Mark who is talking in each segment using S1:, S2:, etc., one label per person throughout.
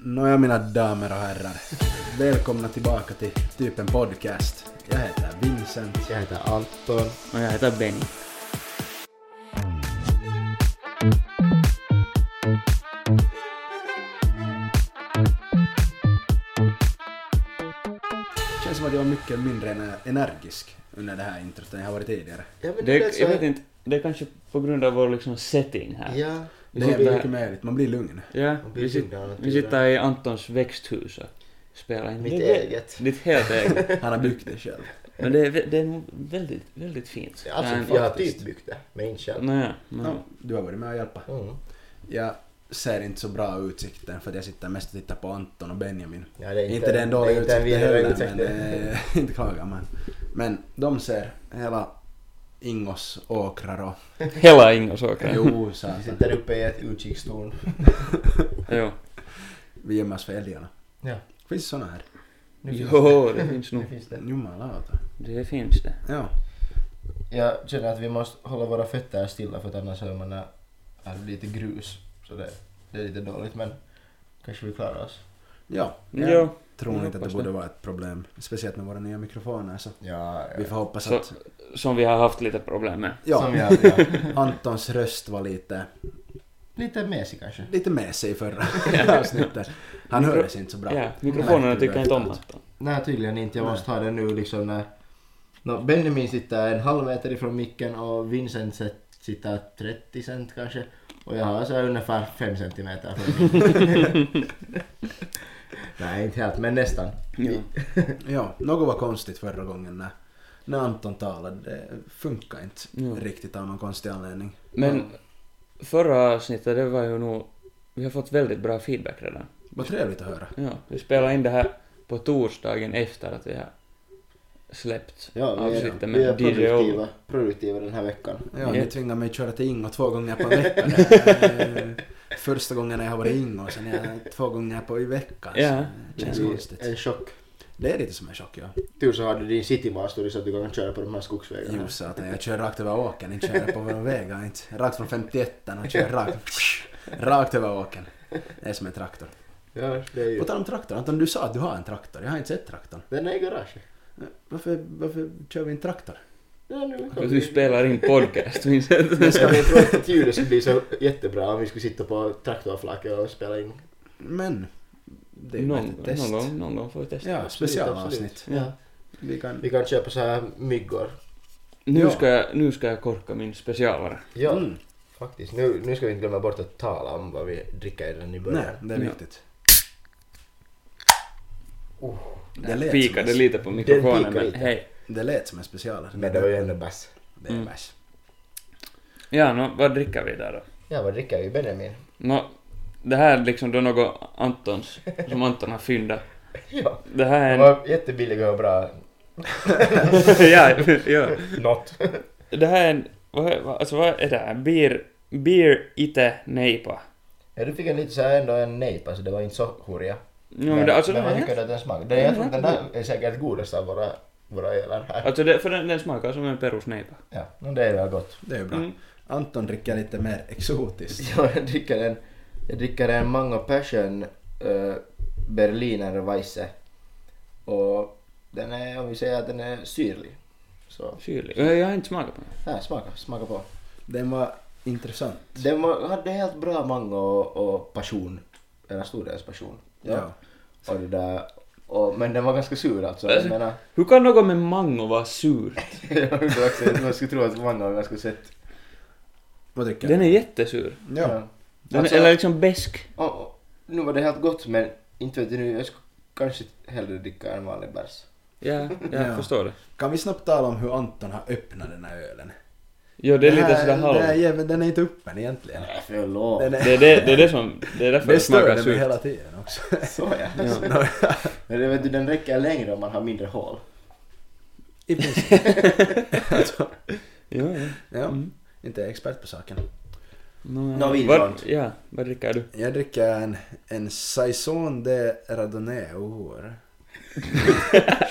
S1: Nåja mina damer och herrar. Välkomna tillbaka till typ en podcast. Jag heter Vincent.
S2: Jag heter Anton.
S3: Och jag heter Benny.
S1: Känns som att jag var mycket mindre ener- energisk under det här introt än jag har varit tidigare.
S2: Ja, men
S3: Det,
S2: är så
S3: jag
S2: här-
S3: vet inte, det är kanske på grund av vår liksom setting här.
S2: Ja.
S1: Det
S3: Vi
S1: är
S3: sitter,
S1: mycket möjligt, man blir lugn.
S3: ja,
S2: Man blir
S3: vi, sit,
S2: lugnare av
S3: vi
S2: naturen.
S3: sitter i Antons växthus och spelar in.
S2: Mitt
S3: Det är-
S2: eget.
S3: Ditt helt eget.
S1: Han har byggt det själv.
S3: Men det är, vä- det är nog väldigt, väldigt fint.
S2: Alltså,
S3: ja,
S2: jag har
S1: faktiskt.
S2: typ byggt det, men inte själv.
S3: Nåja, men,
S1: Ja, du har varit med och hjälpa.
S2: Mm.
S1: Jag ser inte så bra utsikten för att jag sitter mest och tittar på Anton och Benjamin.
S2: Ja, det är
S1: Inte,
S2: inte,
S1: den dåliga
S2: det är
S1: utsikten
S2: inte en vidare
S1: heller,
S2: utsikt.
S1: men eh, inte klagar man. Men de ser hela Ingos åkrar och...
S3: Hela Ingers åker.
S1: Jo,
S2: Vi
S1: satan.
S2: sitter uppe i ett utkikstorn.
S3: Jo.
S1: Vi gömmer oss för älgarna.
S2: Ja.
S1: Finns det såna här?
S2: Nu finns
S3: Jo, det finns
S2: Nu
S3: nog.
S2: finns det.
S1: Jumalauta.
S3: Det finns det.
S1: Ja.
S2: Jag känner att vi måste hålla våra fötter stilla för att annars är man är är lite grus. Så det, det är lite dåligt men kanske vi klarar oss.
S1: Ja.
S3: Jo.
S1: Jag tror
S3: jag
S1: inte att det
S3: hoppas
S1: borde
S3: det.
S1: vara ett problem. Speciellt med våra nya mikrofoner så
S2: Ja,
S1: vi får hoppas
S3: Så,
S1: att...
S3: som vi har haft lite problem med.
S1: Ja,
S2: Som jag, ja.
S1: Antons röst var lite,
S2: Lite mesig kanske.
S1: lite med sig i förra avsnittet. Han
S3: Mikro-
S1: hördes inte så bra.
S3: Ja, mikrofonerna
S1: Märkte
S3: tycker
S1: du
S3: inte om
S1: efteråt?
S3: Anton.
S2: Nej tydligen inte, jag
S1: Nej.
S2: måste ha det nu liksom när... No, Benjamin sitter en halv meter ifrån micken och Vincent sit- sitter 30 cent kanske. Och jag har så här ungefär 5 centimeter från micken. Nej inte helt men nästan.
S3: Jo.
S1: Ja, något var konstigt förra gången när, när Anton talade. Det funkar inte
S3: Jo.
S1: riktigt av någon konstig anledning.
S3: Men förra avsnittet, det var ju nog... Vi har fått väldigt bra feedback redan.
S1: Vad trevligt att höra.
S3: Ja, vi spelar in det här på torsdagen efter att vi har släppt
S2: Ja, vi är,
S3: avsnittet
S2: vi är
S3: med DJ Olli.
S2: produktiva, produktiva den här veckan.
S1: Ja,
S3: Ja.
S1: ni tvingar mig att köra till Ingo två gånger per vecka. Det är, eh, Första gången jag har varit i Ingo och sen är jag två gånger på i veckan. så
S3: Ja.
S1: Det känns
S2: Det blir
S1: konstigt.
S2: En chock.
S1: Det är lite som en chock, ja.
S2: Tur så har du din citymaster så att du kan köra på de här skogsvägarna.
S1: Jo satan, jag kör rakt över åkern, inte kör jag på våra vägar. Inte. Rakt från 51 och kör rakt, rakt över åkern. Det är som en traktor.
S2: Ja, det är ju...
S1: På tal om traktor, Anton du sa att du har en traktor. Jag har inte sett traktorn.
S2: Den är i garaget.
S1: Varför, varför kör vi en traktor?
S2: Ja, nu
S3: För
S2: kommer
S3: att
S2: vi-
S3: vi spelar in podcast, minns jag inte.
S2: Men jag tror inte att ljudet skulle bli så jättebra om vi skulle sitta på traktorflaket och spela in.
S1: Men, det är ju
S3: någon,
S1: ett test.
S3: någon, gång, någon gång får vi testa.
S1: Ja,
S2: Absolut,
S1: specialavsnitt.
S2: absolut. Ja.
S1: Vi kan...
S2: Vi kan köpa så här myggor.
S3: Nu,
S1: Ja.
S3: ska jag, nu ska jag korka min specialare.
S2: Ja,
S1: Mm.
S2: faktiskt. Nu, nu ska vi inte glömma bort att tala om vad vi dricker redan i början.
S1: Nej, det är
S3: Ja.
S1: viktigt.
S2: Oh,
S1: Det
S3: Den
S1: lät
S3: pikade
S1: som-
S3: lite på mikrofonen,
S2: pikade
S3: men
S2: lite.
S3: hej.
S1: Det lät som en specialare.
S2: Men det var ju ändå bäst.
S1: Det är
S3: Mm.
S1: bärs.
S3: Ja, nå, vad dricker vi där då?
S2: Ja, vad dricker vi Benjamin?
S3: Nå, det här är liksom då något Antons, som Anton har fyndat.
S2: Ja.
S3: Det här är
S2: Det
S3: en...
S2: var jättebilliga och bra.
S3: ja, ja.
S2: Något.
S3: Det här är en... Vad, är- vad- alltså vad är det här? Beer... Beer ite neipa.
S2: Ja, du fick en lite så här ändå en nejpa så det var inte så hurja.
S3: Ja, men det, alltså,
S2: men
S3: den
S2: vad
S3: här,
S2: tycker du att den smakar? Den, jag tror att den
S3: Den
S2: där är säkert godast av våra, våra ölar här.
S3: alltså det, för den, den smakar som en perusneipa.
S2: Ja, no, det är väl gott.
S1: Det är ju bra.
S3: Mm.
S1: Anton dricker lite mer exotiskt.
S2: Ja, jag dricker en, jag dricker en Mango Passion eh, Berliner Weisse. Och den är, om vi säger att den är syrlig. Så,
S3: Syrlig. Ja, Jag har inte smakat på den.
S2: här, smaka, smaka på.
S1: Den var intressant.
S2: Den var, hade helt bra mango och, och passion. Eller stordels passion.
S1: Ja.
S2: Och det där, och, men den var ganska sur alltså. Jag menar,
S3: Hur kan något med mango vara surt?
S2: jag undrar också, man skulle tro att mango är ganska sött.
S1: Vad tycker
S3: Den är
S1: du?
S3: jättesur.
S1: Ja.
S3: Den,
S2: Alltså-
S3: Eller liksom besk.
S2: Och, och, nu var det helt gott men inte vet jag nu, jag skulle kanske hellre dricka en vanlig bärs.
S3: Ja, jag
S1: Ja.
S3: förstår det.
S1: Kan vi snabbt tala om hur Anton har öppnat den här ölen?
S3: Jo, det är
S1: Den
S3: lite
S1: här-
S3: sådär halv...
S1: Den här jäveln, den är inte öppen egentligen.
S2: Nej, Äh, förlåt.
S1: Den är,
S3: Det är det, det, är det som... Det är därför
S1: det
S3: det
S1: stör
S3: smakar
S1: den mig
S3: surt.
S1: hela tiden också.
S2: Så ja.
S1: Ja.
S2: Men det vet du, den räcker längre om man har mindre hål.
S1: I princip. Alltså,
S3: Jo, ja.
S1: Ja.
S3: Mm.
S1: Inte jag expert på saken.
S3: Nå,
S2: Nå, vi
S3: vad-
S2: drar.
S3: Ja, vad dricker du?
S1: Jag dricker en, en Saison de Radonneur.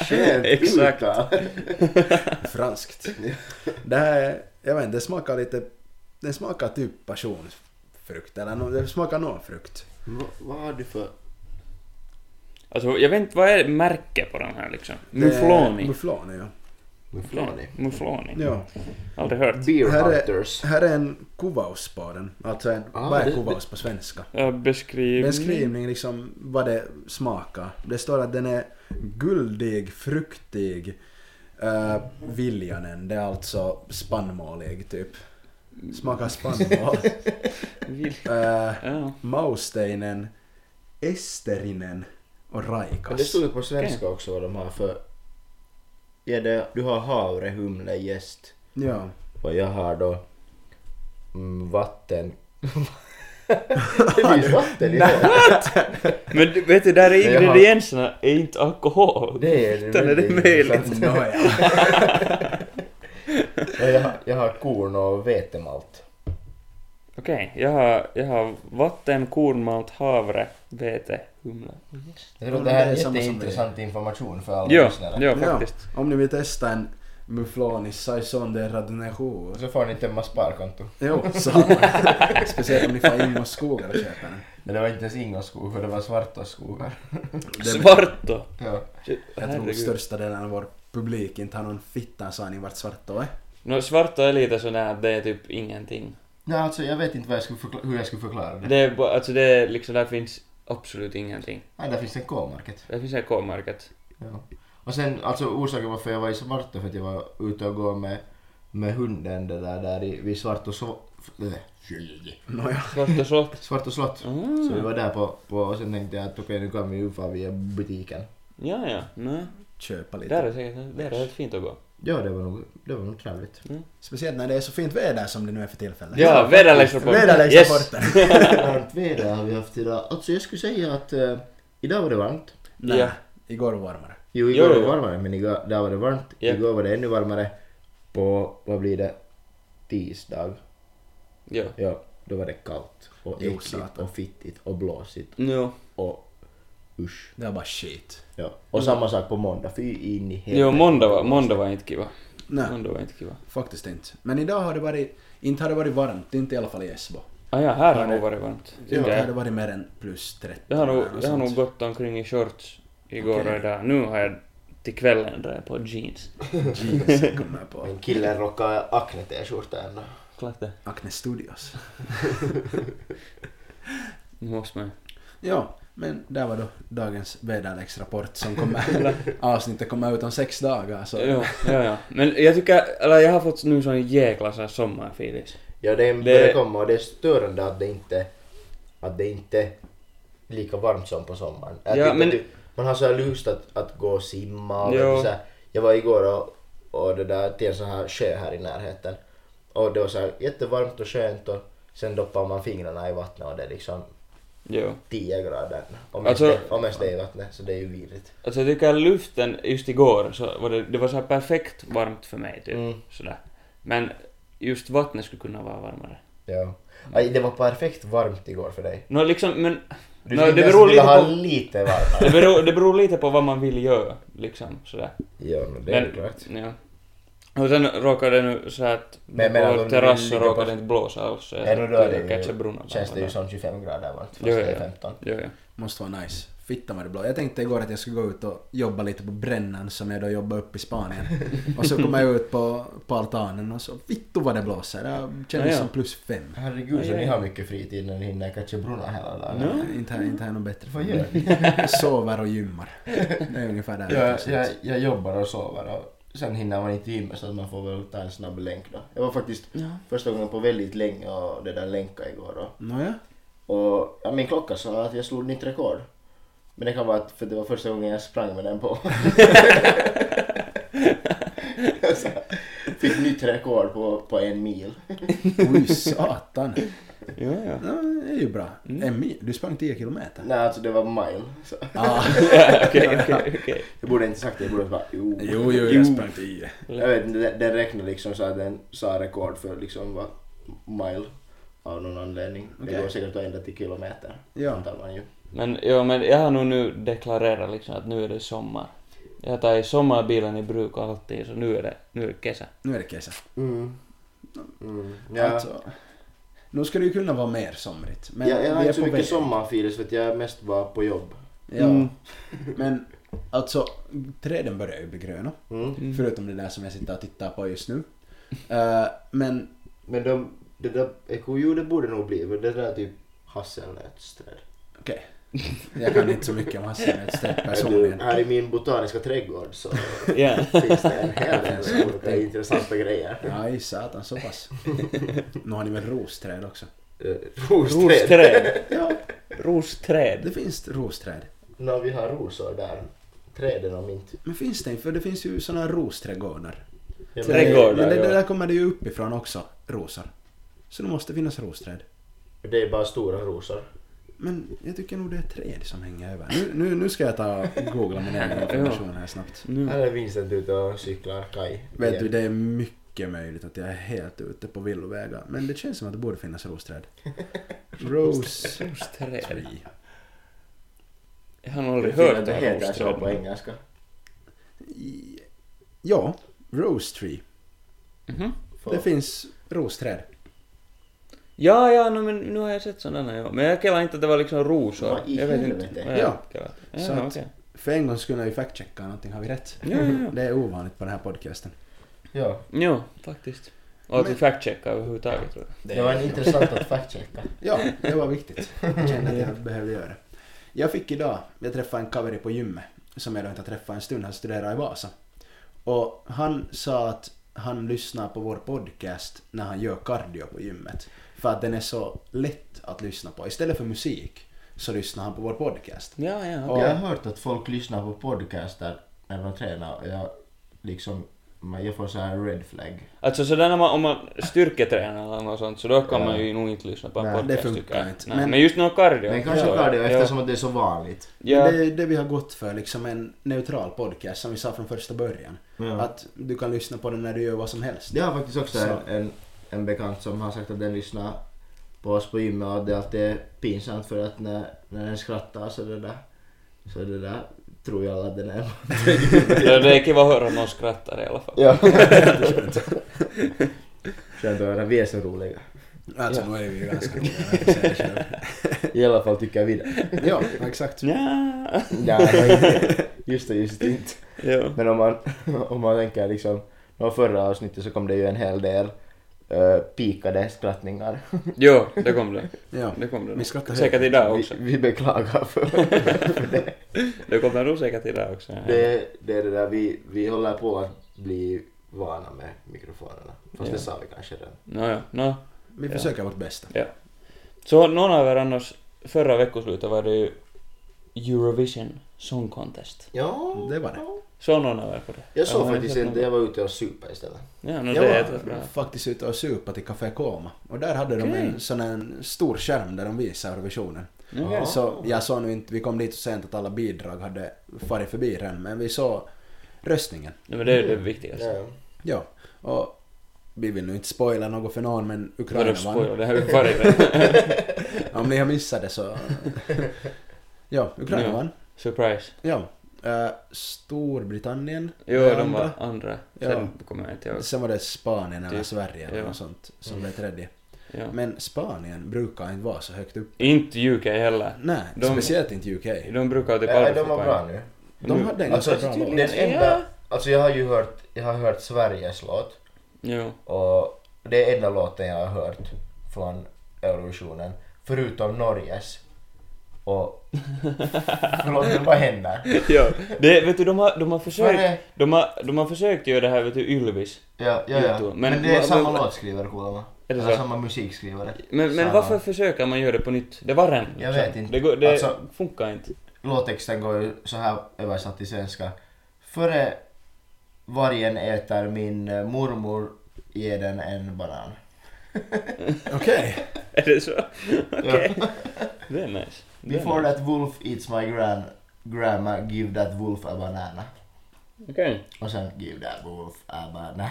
S2: Skönt
S3: Exakt.
S2: uttal.
S1: Franskt. Det här, är- jag vet inte, det smakar lite... Den smakar typ passionsfrukt eller nå- det smakar någon frukt.
S2: Va- Vad har du för
S3: Alltså jag vet inte, vad är märket på den här liksom? Mufloni?
S1: Mufloni, ja.
S2: Mufloni.
S3: Mufloni?
S1: ja.
S3: Aldrig hört.
S1: Här
S2: Beer
S1: är-
S2: Hunters.
S1: Här är en kuvaus på den. Alltså, en,
S2: Ah,
S1: vad
S2: det-
S1: är
S2: det-
S1: kuvaus på svenska?
S3: Ja, beskrivning.
S1: Beskrivning liksom vad det smakar. Det står att den är guldig, fruktig, uh, viljanen. Det är alltså spannmålig typ. Smakar spannmål.
S3: Vil-
S1: uh,
S3: Ja.
S1: mausteinen, esterinen och
S2: Men det
S1: raikas.
S2: stod ju på svenska också vad de har för... Ja, det, du har havre, humle, jäst
S1: Ja.
S2: och jag har då mm, vatten... det finns vatten i det.
S3: Men du vet du, där
S2: jag
S3: är
S2: har-
S3: ingredienserna är inte alkohol.
S2: Det är
S3: Utan är det
S2: väldigt
S3: möjligt?
S2: intressant.
S1: Nåja.
S2: Ja, jag, har- jag har korn och vetemalt.
S3: Okej, jag, har, jag har vatten, kornmalt, havre, vete, humle.
S2: Jag tror
S1: Ja,
S2: det här
S1: det
S2: är
S1: är samma som
S2: jätteintressant information för alla
S3: Ja,
S2: lyssnare.
S3: ja
S1: ja,
S3: faktiskt.
S1: om ni vill testa en Mufloni Saison de Radnejou.
S2: Och så får ni tömma sparkonto.
S1: Jo, samma. Speciellt om ni får in och skogar och köper den.
S2: Men det var inte ens ingonskogar, det var svartåsskogar.
S3: Svart då!
S2: Ja.
S1: Jag tror
S3: Herregud.
S1: största delen av vår publik inte har någon fittans aning vart svartå är.
S3: No, svarta är lite sådär att det är typ ingenting.
S2: Nej, alltså jag vet inte vad jag skulle förkla- hur jag skulle förklara det.
S3: Det är bara, alltså det är liksom, där finns absolut ingenting.
S2: Nej, där finns en K-market.
S3: Där finns en K-market.
S2: Ja. Och sen, alltså orsaken varför jag var i Svartå för att jag var ute och gå med, med hunden det där, där i, vid Svartå so-
S1: Nåja.
S3: Svarta slott.
S2: Svartå slott. Så vi
S3: Ah,
S2: var där på, på och sen tänkte jag att okej nu kan vi uffa via butiken.
S3: ja, ja. No.
S1: Köpa lite.
S3: Där är säkert, där är helt fint att gå.
S2: Ja, det var nog, det var nog trevligt.
S1: Speciellt när det är så fint väder som det nu är för tillfället.
S3: Ja, väderleksrapporten.
S1: Väderleksrapporten.
S2: Varmt väder har vi haft idag. Alltså jag skulle säga att eh, idag var det varmt.
S1: Nej,
S3: Ja.
S1: igår var varmare.
S2: Jo,
S3: Jo,
S2: igår var det
S3: jo.
S2: varmare, men igår, där var det varmt.
S3: Ja.
S2: Igår var det ännu varmare. På, vad blir det, tisdag?
S3: Ja.
S2: Ja, då var det kallt och
S1: Jo,
S2: äckligt
S1: satan.
S2: och fittigt och blåsigt
S3: Jo.
S2: och usch.
S1: Det var bara shit.
S2: Ja. Och samma sak på måndag, fy in i helvete.
S3: Mm. Jo, måndag var, måndag var inte kiva.
S1: Nej,
S3: Måndag var inte kiva.
S1: faktiskt inte. Men idag har det varit, inte har det varit varmt, inte i alla fall i Esbo.
S3: Ah, ja, här har
S1: Har det-
S3: nog varit varmt.
S1: Inte
S3: Tycker jag.
S1: har det varit mer än plus 30.
S3: Jag har, nog,
S1: eller något
S3: jag har nog
S1: sånt.
S3: gått omkring i shorts igår
S1: Okej.
S3: och idag. Nu har jag till kvällen där på jeans.
S1: Jeez, jag kommer på.
S2: Men killen rockar Acne t-skjorta ännu.
S3: Klart det.
S1: Acne Studios.
S3: Nu måste man.
S1: Ja, men där var då dagens väderleksrapport som kommer, avsnittet kommer ut om sex dagar. Så.
S3: Jo, ja, ja. Men jag tycker, eller jag har fått nu sån jäkla sån här sommarfilis.
S2: Ja, det
S3: Det-
S2: börjar komma och det är störande att det inte, att det inte är lika varmt som på sommaren. Jag
S3: Ja,
S2: tycker
S3: men-
S2: att du- man har så här lust att, att gå och simma och
S3: Jo.
S2: så här. Jag var igår och, och det där till en sån här sjö här i närheten. Och det var så här jättevarmt och skönt och sen doppar man fingrarna i vattnet och det är liksom
S3: Jo.
S2: 10 grader. Om ens,
S3: Alltså-
S2: det, om ens det är i vattnet så det är ju vidrigt.
S3: Alltså jag tycker luften just igår så var det, det var så här perfekt varmt för mig typ.
S2: Mm.
S3: Sådär. Men just vattnet skulle kunna vara varmare.
S2: Ja. Aj, det var perfekt varmt igår för dig.
S3: Nå liksom, men...
S2: Du
S3: nå,
S2: skulle
S3: det,
S2: nästan
S3: beror
S2: vilja
S3: lite
S2: ha
S3: på,
S2: lite
S3: det,
S2: varmare.
S3: beror, det beror lite på vad man vill göra. Liksom sådär.
S2: ja, men det är
S3: Men-
S2: klart.
S3: Ja. Och sen råkade det nu så att
S2: Men jag menar, om
S3: på
S2: du
S3: terrassen
S2: ligger på-
S3: råkade det inte blåsa alls. så
S2: Ja,
S3: Jag
S2: nu
S3: satt
S2: då är
S3: och
S2: det ju-
S3: drack Katzebrunnan.
S2: känns det ju som 25 grader varmt fast
S3: Jo,
S2: det
S3: ja.
S2: är 15.
S3: Jo, jo.
S1: Måste vara nice. Fitta vad det blå. Jag tänkte igår att jag skulle gå ut och jobba lite på brännan som jag då jobbar upp i Spanien. Och så kom jag ut på, på altanen och så vittu vad det blåser. Det kändes
S3: Ja, ja.
S1: som plus fem.
S2: Herregud, så
S3: Aj,
S2: ni
S3: aj.
S2: har mycket fritid när ni hinner catcha brunnar hela dagen.
S3: No.
S1: Eh, Inte här, inte här något bättre.
S2: Vad gör ni?
S1: Sover och gymmar. Det är ungefär där.
S2: jag, jag, jag jobbar och sover och sen hinner man inte gymmet så att man får väl ta en snabb länk då. Jag var faktiskt
S3: Ja.
S2: första gången på väldigt länge och det där länka igår då.
S1: Nåja.
S2: Och ja, min klocka sa att jag slog nytt rekord. Men det kan vara att för det var första gången jag sprang med den på. Så, Fick nytt rekord på, på en mil.
S1: Oj satan.
S3: Jo, jo.
S1: Ja, det är ju bra. En mil. Du sprang 10 kilometer.
S2: Nej, alltså det var mile. Så.
S1: Ah.
S3: Ja, Okej, okej, okej.
S2: Jag borde inte sagt det, jag borde bara jo.
S1: Jo, jo, jag sprang 10.
S2: Jag vet inte, den- den räknar liksom så att den sa rekord för liksom vad mile av någon anledning. Det
S1: Okej.
S2: går säkert att ändra till kilometer.
S1: Ja.
S2: antar man ju.
S3: Men jo, men jag har nog nu deklarerat liksom att nu är det sommar. Jag har tagit sommarbilen i bruk alltid så nu är det, nu är det kesä.
S1: Nu är det kesä.
S2: Mm. Mm. Ja.
S1: Alltså, nu skulle det ju kunna vara mer somrigt. Men
S2: jag, jag
S1: vi är
S2: har inte så
S1: på
S2: mycket
S1: väg.
S2: sommarfilis för att jag är mest bara på jobb.
S1: Ja.
S3: Mm.
S1: Men alltså, träden börjar ju bli gröna.
S2: Mm.
S1: Förutom det där som jag sitter och tittar på just nu. Eh, men
S2: Men de, det där ekojo det borde nog bli, men det där är typ hasselnötsträd.
S1: okej. Jag kan inte så mycket om hasselnötsträd personligen.
S2: Här i min botaniska trädgård så
S3: Ja.
S2: finns det en hel del olika intressanta grejer.
S1: Nej, satan så pass. Nu har ni väl rosträd också?
S2: Eh, Rosträd.
S3: Rosträd.
S1: Ja, det
S3: Rosträd.
S1: finns rosträd.
S2: När vi har rosor där, träden om inte...
S1: Men finns det inte? För det finns ju såna rosträdgårdar.
S2: Ja, men-
S3: Trädgårdar,
S1: Men det,
S3: ja.
S1: det där kommer det ju uppifrån också, rosor. Så det måste finnas rosträd.
S2: Det är bara stora rosor.
S1: Men jag tycker nog det är träd som hänger över. Nu, nu, nu ska jag ta och googla min egen information här snabbt.
S3: Nu.
S2: Här är Vincent ute och cyklar kaj.
S1: Vet du, det är mycket möjligt att jag är helt ute på villovägar. Men det känns som att det borde finnas rosträd. Rose
S3: Rosträd.
S1: tree.
S3: Jag har nog aldrig
S2: Hört
S3: hört
S2: det
S3: om
S2: heter så på
S3: rosträd.
S2: engelska.
S1: I- Ja, rose tree.
S3: Mhm.
S2: För-
S1: Det finns rosträd.
S3: Ja, ja, no, men nu har jag sett sådana ja. Men jag kelade inte att det var liksom rosor.
S2: Vad i
S3: Jag vet
S2: helvete?
S3: inte. vad jag
S1: Ja.
S3: kelade.
S1: Så
S3: Ja,
S1: att-
S3: okej.
S1: För en gång skulle jag ju fact-checka någonting, har vi rätt?
S3: Ja, ja, ja.
S1: Det är ovanligt på den här podcasten.
S2: Ja,
S3: Jo, faktiskt. Och att vi
S1: Men-
S3: fact-checkar överhuvudtaget tror jag.
S2: det var en intressant att fact-checka.
S1: Ja, det var viktigt. Jag kände att jag behövde göra det. Jag fick idag, jag träffade en kaveri på gymmet som jag då inte har träffat en stund, han studerar i Vasa. Och han sa att han lyssnar på vår podcast när han gör cardio på gymmet. För att den är så lätt att lyssna på. Istället för musik så lyssnar han på vår podcast.
S3: Ja, ja. okej.
S1: Ja.
S2: Jag har hört att folk lyssnar på podcaster när de tränar och jag liksom, man- jag får så här red flag.
S3: Alltså sådär när man, om man styrketränar eller något sånt så då kan
S2: Ja.
S3: man ju nog inte lyssna på en
S1: Nej,
S3: podcast
S1: det funkar
S3: tycker jag.
S1: inte.
S3: Nej,
S1: Men-
S3: men, just någon cardio.
S2: Men kanske
S3: förstår jag.
S2: cardio
S3: Ja.
S2: eftersom att det är så vanligt.
S3: Ja.
S1: Men Det är det vi har gått för, liksom en neutral podcast som vi sa från första början.
S2: Ja.
S1: Att du kan lyssna på den när du gör vad som helst.
S2: Det har faktiskt också
S1: Så.
S2: en, en, en bekant som har sagt att den lyssnar på oss på gymmet och att det alltid är pinsamt för att när, när den skrattar så det där, så det där tror jag att den är.
S3: Ja, det är kiva att höra att någon skrattar i alla fall.
S2: Ja. Skönt att höra, vi är så roliga.
S1: Alltså
S3: Ja.
S1: nu är vi ju ganska roliga. jag får säga det själv.
S2: I alla fall tycker vi det.
S1: Ja, exakt.
S3: Ja.
S2: Nej, men inte- just det, just det inte.
S3: ja.
S2: Men om man, om man tänker liksom, nå förra avsnittet så kom det ju en hel del uh, pikade skrattningar.
S3: Jo, det kom det.
S1: Ja.
S3: Det kom det.
S1: Vi skrattar
S3: nog. Säkert
S1: högt.
S3: idag också.
S2: Vi, vi beklagar för
S3: Det kommer nog säkert idag också. Ja.
S2: Det, det är det där, vi, vi håller på att bli vana med mikrofonerna. Fast det
S3: Ja.
S2: sa vi kanske redan.
S3: Nåja, nå.
S1: Vi försöker vårt bästa.
S3: Ja. Så någon av er annars, förra veckoslutet var det ju Eurovision Song Contest.
S2: Ja,
S1: Det var det.
S3: Så någon av er på det?
S2: Jag såg
S3: Ja,
S2: faktiskt
S3: sett
S2: inte,
S3: någon.
S2: jag var ute och supa istället.
S3: Ja, no,
S1: Jag
S3: det är
S1: var
S3: ett bra.
S1: faktiskt ute och supa till Café Koma och där hade de
S3: Okej.
S1: en sån här stor skärm där de visar Eurovisionen.
S3: Okej.
S1: Så jag såg nu inte, vi kom dit så sent att alla bidrag hade farit förbi den men vi såg röstningen.
S3: Nej, men det är ju det viktigaste.
S2: Ja.
S1: Ja. Och vi vill nu inte spoila något för någon men
S3: Vadå
S1: Ukraina
S3: spoiler?
S1: vann.
S3: Det här är ju varje
S1: Om ni har missat det så... Ja, Ukraina
S3: Ja.
S1: vann.
S3: Surprise.
S1: Ja. Eh, Storbritannien.
S3: Jo,
S1: var
S3: de var
S1: andra.
S3: andra.
S1: Ja.
S3: Sen kommer jag inte ihåg.
S1: Sen var det Spanien eller
S3: Typ.
S1: Sverige eller
S3: Ja. Mm.
S1: något sånt som blev tredje.
S3: Ja.
S1: Men Spanien brukar inte vara så högt upp.
S3: Inte UK heller.
S1: Nej,
S3: De-
S1: speciellt inte UK.
S3: De brukar typ
S2: Ja,
S3: aldrig
S2: de
S3: få
S2: var
S3: poäng.
S2: bra nu.
S3: Mm.
S1: De hade en
S2: Alltså,
S1: ganska bra låt.
S2: den
S3: Ja.
S2: enda, alltså jag har ju hört, jag har hört Sveriges låt
S3: Jo.
S2: och det är enda låten jag har hört från Eurovisionen. Förutom Norges. Och... Förlåt, men vad händer?
S3: ja. Det, vet du, de har, de
S2: Vad
S3: har
S2: är
S3: försökt...
S2: det?
S3: De har, de har försökt göra det här, vet du, Ylvis.
S2: Ja, ja, ja.
S3: Juttu.
S2: Men,
S3: Men
S2: det är
S3: va-
S2: samma
S3: va-
S2: låtskrivare kuulemma.
S3: Är det
S2: Eller
S3: så?
S2: samma musikskrivare.
S3: Men, men
S2: Alltså, Samma.
S3: varför försöker man göra det på nytt? Det var en.
S2: Jag vet inte.
S3: Det, går, det
S2: Alltså-
S3: funkar inte.
S2: Låttexten går ju så här översatt till svenska. Före vargen äter min eh, mormor ger den en banan.
S1: Okej.
S3: Är det så? Okej. Det är nice. Det är
S2: Before
S3: nice.
S2: that wolf eats my gran, grandma give that wolf a banana.
S3: Okej.
S2: Och sen give that wolf a banana.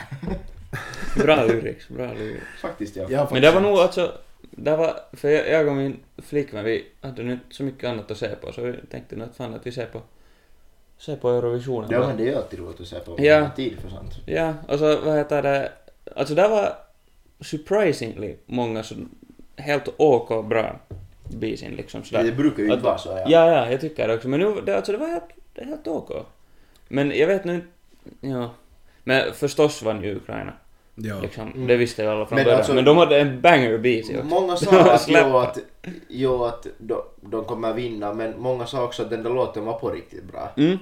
S3: Bra lyrics, bra lyrics.
S2: Faktiskt ja.
S1: Jag har
S3: Men det var
S1: faktiskt-
S3: nog alltså, det var, för jag, jag och min flickvän vi hade nu inte så mycket annat att se på så vi tänkte nu att fan att vi ser på, ser på Eurovisionen.
S2: Ja men det är ju alltid roligt att se på.
S3: Ja.
S2: Man har tid för sånt.
S3: Ja, och så vad heter det, alltså det var surprisingly många som helt OK bra bisin liksom sådär.
S2: Det brukar ju
S3: Att-
S2: inte vara så. Ja.
S3: Ja, ja, jag tycker det också. Men nu, det, alltså, det var helt, det är helt okej. Men jag vet nu inte... Ja. Men förstås vann ju Ukraina.
S1: Ja.
S3: Liksom,
S2: Mm.
S3: Det visste jag alla från
S2: Men
S3: början.
S2: alltså- Mm.
S3: men de hade en banger beat ju.
S2: Många sa att,
S3: Släpp.
S2: jo, att, jo, att de, de kommer vinna, men många sa också att den där låten var på riktigt bra.
S3: Mm.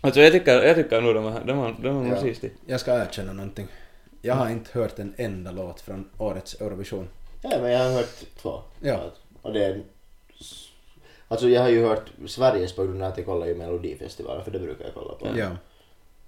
S3: Alltså jag tycker, jag tycker nog de var, de var, de var
S2: Ja.
S3: ja. sist i.
S1: Jag ska erkänna någonting. Jag har inte hört en enda låt från årets Eurovision.
S2: Ja, men jag har hört två.
S1: Ja.
S2: Och det är, alltså jag har ju hört Sveriges på grund av att jag kollar ju Melodifestivalen, för det brukar jag kolla på.
S1: Ja.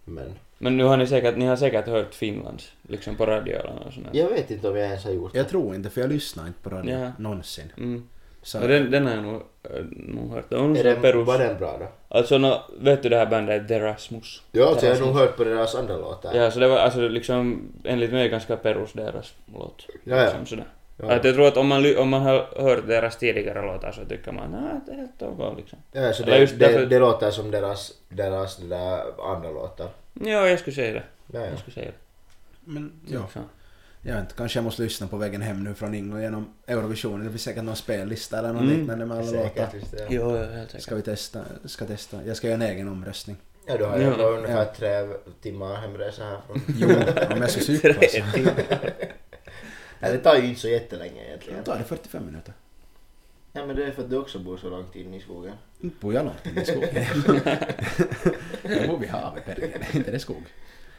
S2: Men
S3: Men nu har ni säkert, ni har säkert hört Finlands, liksom på radio eller något sånt där.
S2: jag vet inte om jag ens har gjort det.
S1: Jag tror inte, för jag lyssnar inte på radio
S3: Ja.
S1: någonsin.
S3: Mm.
S1: Så,
S3: Och den, den har jag nog, äh, nog hört. Det var nog
S2: Är
S3: sån
S2: den,
S3: Perus.
S2: var den bra då?
S3: Alltså nå, vet du det här bandet The Rasmus?
S2: Ja, alltså, jag har
S3: Rasmus.
S2: nog hört på deras andra låtar.
S3: Ja, så det var alltså liksom enligt mig ganska Perus deras låt.
S2: Ja, ja.
S3: Liksom sådär.
S2: Ja.
S3: Att jag tror att om man, ly- om man har hört deras tidigare låtar så tycker man att det är helt okej liksom.
S2: Ja, så
S3: Eller
S2: det,
S3: just
S2: det,
S3: därför-
S2: det låter som deras, deras det där andra låtar.
S3: Ja, jag skulle säga det.
S2: Ja, ja.
S3: Jag skulle säga det.
S1: men ja,
S3: Liksom.
S1: jag vet inte, kanske jag måste lyssna på vägen hem nu från England genom Eurovisionen. Det finns säkert någon spellista eller något
S3: Mm.
S1: liknande med alla låtar.
S2: Säkert, visst är det.
S3: Jo, jo, helt
S1: Ska
S3: säkert.
S1: vi testa? Ska testa. Jag ska göra en egen omröstning.
S2: Ja, du har ju
S3: Ja.
S2: ändå ungefär tre timmar hemresa härifrån.
S1: Jo, om jag ska cykla så.
S2: Ja, det tar ju inte så jättelänge egentligen.
S1: Det tar det 45 minuter.
S2: Ja, men det är för att du också bor så långt in i skogen.
S1: Inte bor jag långt in i skogen. jag bor vid havet, Perkele. Inte det skog.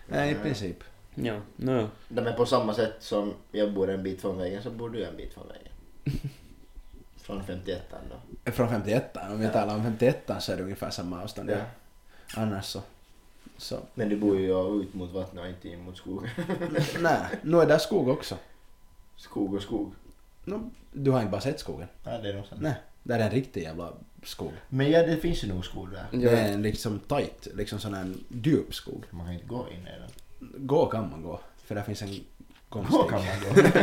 S1: Nej, i princip.
S3: Ja, no.
S2: Nej, men på samma sätt som jag bor en bit från vägen så bor du en bit från vägen. Från 51 då.
S1: Eh, Från 51 om vi
S2: Ja.
S1: talar om 51 så är det ungefär samma avstånd.
S2: Ja.
S1: Annars så... så.
S2: Men du bor ju ja, ut mot vattnet och inte in mot skogen.
S1: Nej, nu är det skog också.
S2: Skog och skog.
S1: Nå, du har inte bara sett skogen?
S2: Ja, det är nog sant.
S1: Nej, det är en riktig jävla skog.
S2: Men ja, det finns ju nog skog där.
S3: Ja.
S1: Det är en liksom tight, liksom sån här djup skog.
S2: Man kan inte gå in i den.
S1: Gå kan man gå, för där finns en
S2: Gå kan
S1: gångstig.
S2: man gå.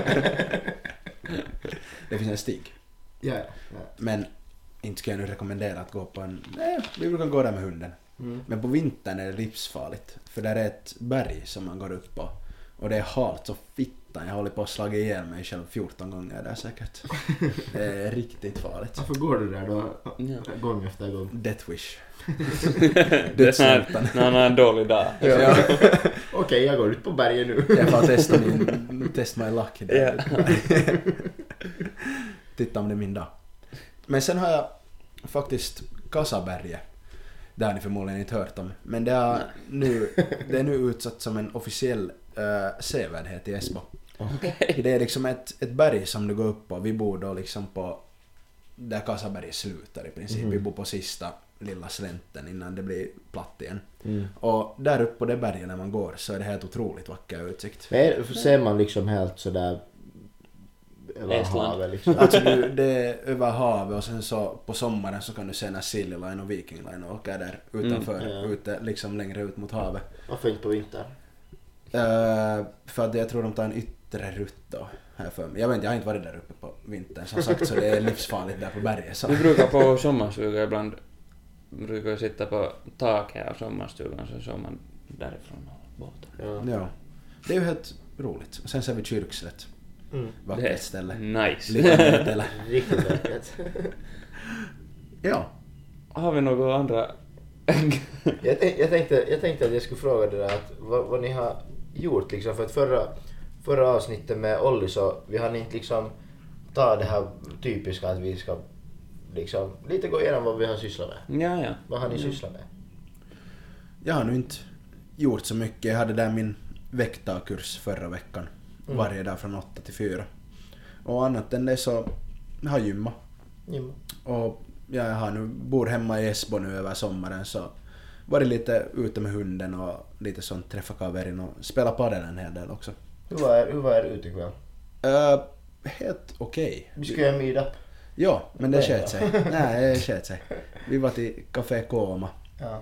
S1: Det finns en stig.
S2: ja, ja.
S1: Men inte skulle jag nu rekommendera att gå på en... Nej, vi brukar gå där med hunden.
S2: Mm.
S1: Men på vintern är det livsfarligt. För där är ett berg som man går upp på. Och det är halt så fittan. Jag håller på att slagit ihjäl mig själv 14 gånger där säkert. Det är riktigt farligt.
S2: Varför går du där då?
S3: Ja.
S2: Gång efter gång.
S1: Death wish.
S3: Det är
S1: Dödslängtan.
S3: när han har en dålig dag.
S1: Ja.
S2: Okej, jag går ut på berget nu.
S1: Jag får testa min... Test my luck. där. Titta om det är min dag. Men sen har jag faktiskt Kasaberget. Det har ni förmodligen inte hört om. Men det är nu, det är nu utsatt som en officiell uh, sevärdhet i Esbo. Det är liksom ett, ett berg som du går upp på. Vi bor då liksom på där Kasaberget slutar i princip. Vi bor på sista lilla slänten innan det blir platt igen.
S2: Mm.
S1: Och där uppe på det berget när man går så är det helt otroligt vacker utsikt.
S2: Men är- ser man liksom helt sådär... Över
S3: Estland.
S2: havet liksom?
S1: Alltså du, det är över havet och sen så på sommaren så kan du se när Silja Line och Viking Line åker där utanför,
S2: Mm, ja.
S1: ute, liksom längre ut mot havet.
S2: Varför inte på vintern?
S1: Eh, för att jag tror de tar en yttre rutt då, här för mig. Jag vet inte, jag har inte varit där uppe på vintern som sagt så det är livsfarligt där på berget. Så.
S3: Vi brukar på sommarstuga ibland brukar sitta på taket av sommarstugan så såg man därifrån alla båtar.
S2: Ja.
S1: Ja. Det är ju helt roligt. Och sen ser vi Kyrkslätt,
S2: Mm.
S1: vackert ställe. Lite
S3: Nice.
S1: annat, eller?
S2: Riktigt vackert.
S1: Ja.
S3: har vi några andra...
S2: jag, tänk, jag, tänkte, jag tänkte att jag skulle fråga det där att vad, vad ni har gjort liksom. För att förra, förra avsnittet med Olli så vi hann inte liksom ta det här typiska att vi ska liksom lite gå igenom vad vi har sysslat med.
S3: ja, ja.
S2: Vad har ni sysslat med?
S1: Jag har nu inte gjort så mycket. Jag hade där min väktarkurs förra veckan. Varje dag från 8 till 4. Och annat än det så jag har gymma.
S2: Jimma?
S1: Och jag har nu, bor hemma i Esbo nu över sommaren så varit lite ute med hunden och lite sånt, träffa kaverin och spela padel en hel del också.
S2: Hur var er, hur var er utekväll?
S1: Eh, helt okej.
S2: Vi ska göra en meetup.
S1: Ja, men det
S2: Nej, ja.
S1: sket sig. Nej, det sket sig. Vi var till Café Koma.
S2: Ja.